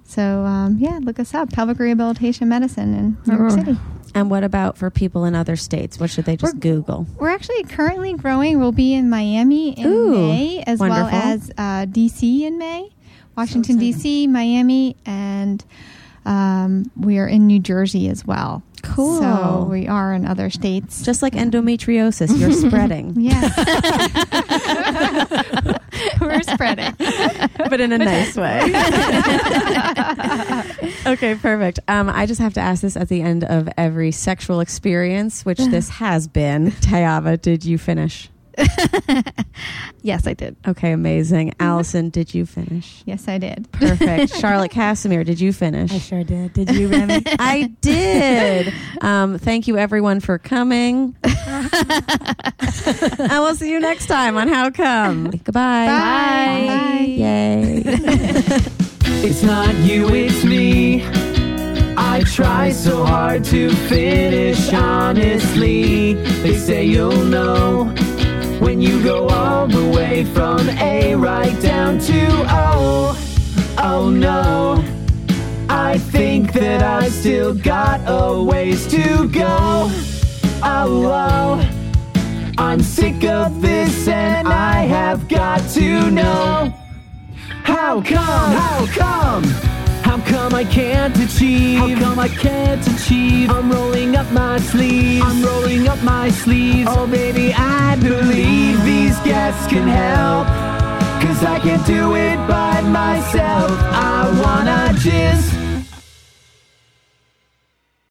E: So um, yeah, look us up, pelvic rehabilitation medicine in New York
C: Oh.
E: City.
A: And what about for people in other states? What should they just
E: We're-
A: Google?
E: We're actually currently growing. We'll be in Miami in
A: Ooh,
E: May, as well
A: wonderful.
E: as uh, DC in May, Washington D.C., Miami, and um, we are in New Jersey as well.
A: Cool.
E: So we are in other states.
A: Just like endometriosis, you're spreading,
E: yeah, we're spreading.
A: but in a nice way. okay, perfect. Um, I just have to ask this at the end of every sexual experience, which this has been. Tayava, did you finish?
C: Yes, I did.
A: Okay, amazing.
B: Mm-hmm.
A: Allison, did you finish?
E: Yes, I did.
A: Perfect. Charlotte Casimir, did you finish?
B: I sure did. Did you, Remy?
A: I did. Um, thank you, everyone, for coming. and we'll see you next time on How Come. Goodbye.
E: Bye. Bye.
A: Yay.
D: It's not you, it's me. I try so hard to finish honestly. They say you'll know when you go all the way from A right down to O. Oh no, I think that I still got a ways to go. Oh, oh. I'm sick of this and I have got to know. How come? How come? How come I can't achieve? How come I can't achieve? I'm rolling up my sleeves. I'm rolling up my sleeves. Oh baby, I believe these guests can help. Cause I can't do it by myself. I wanna just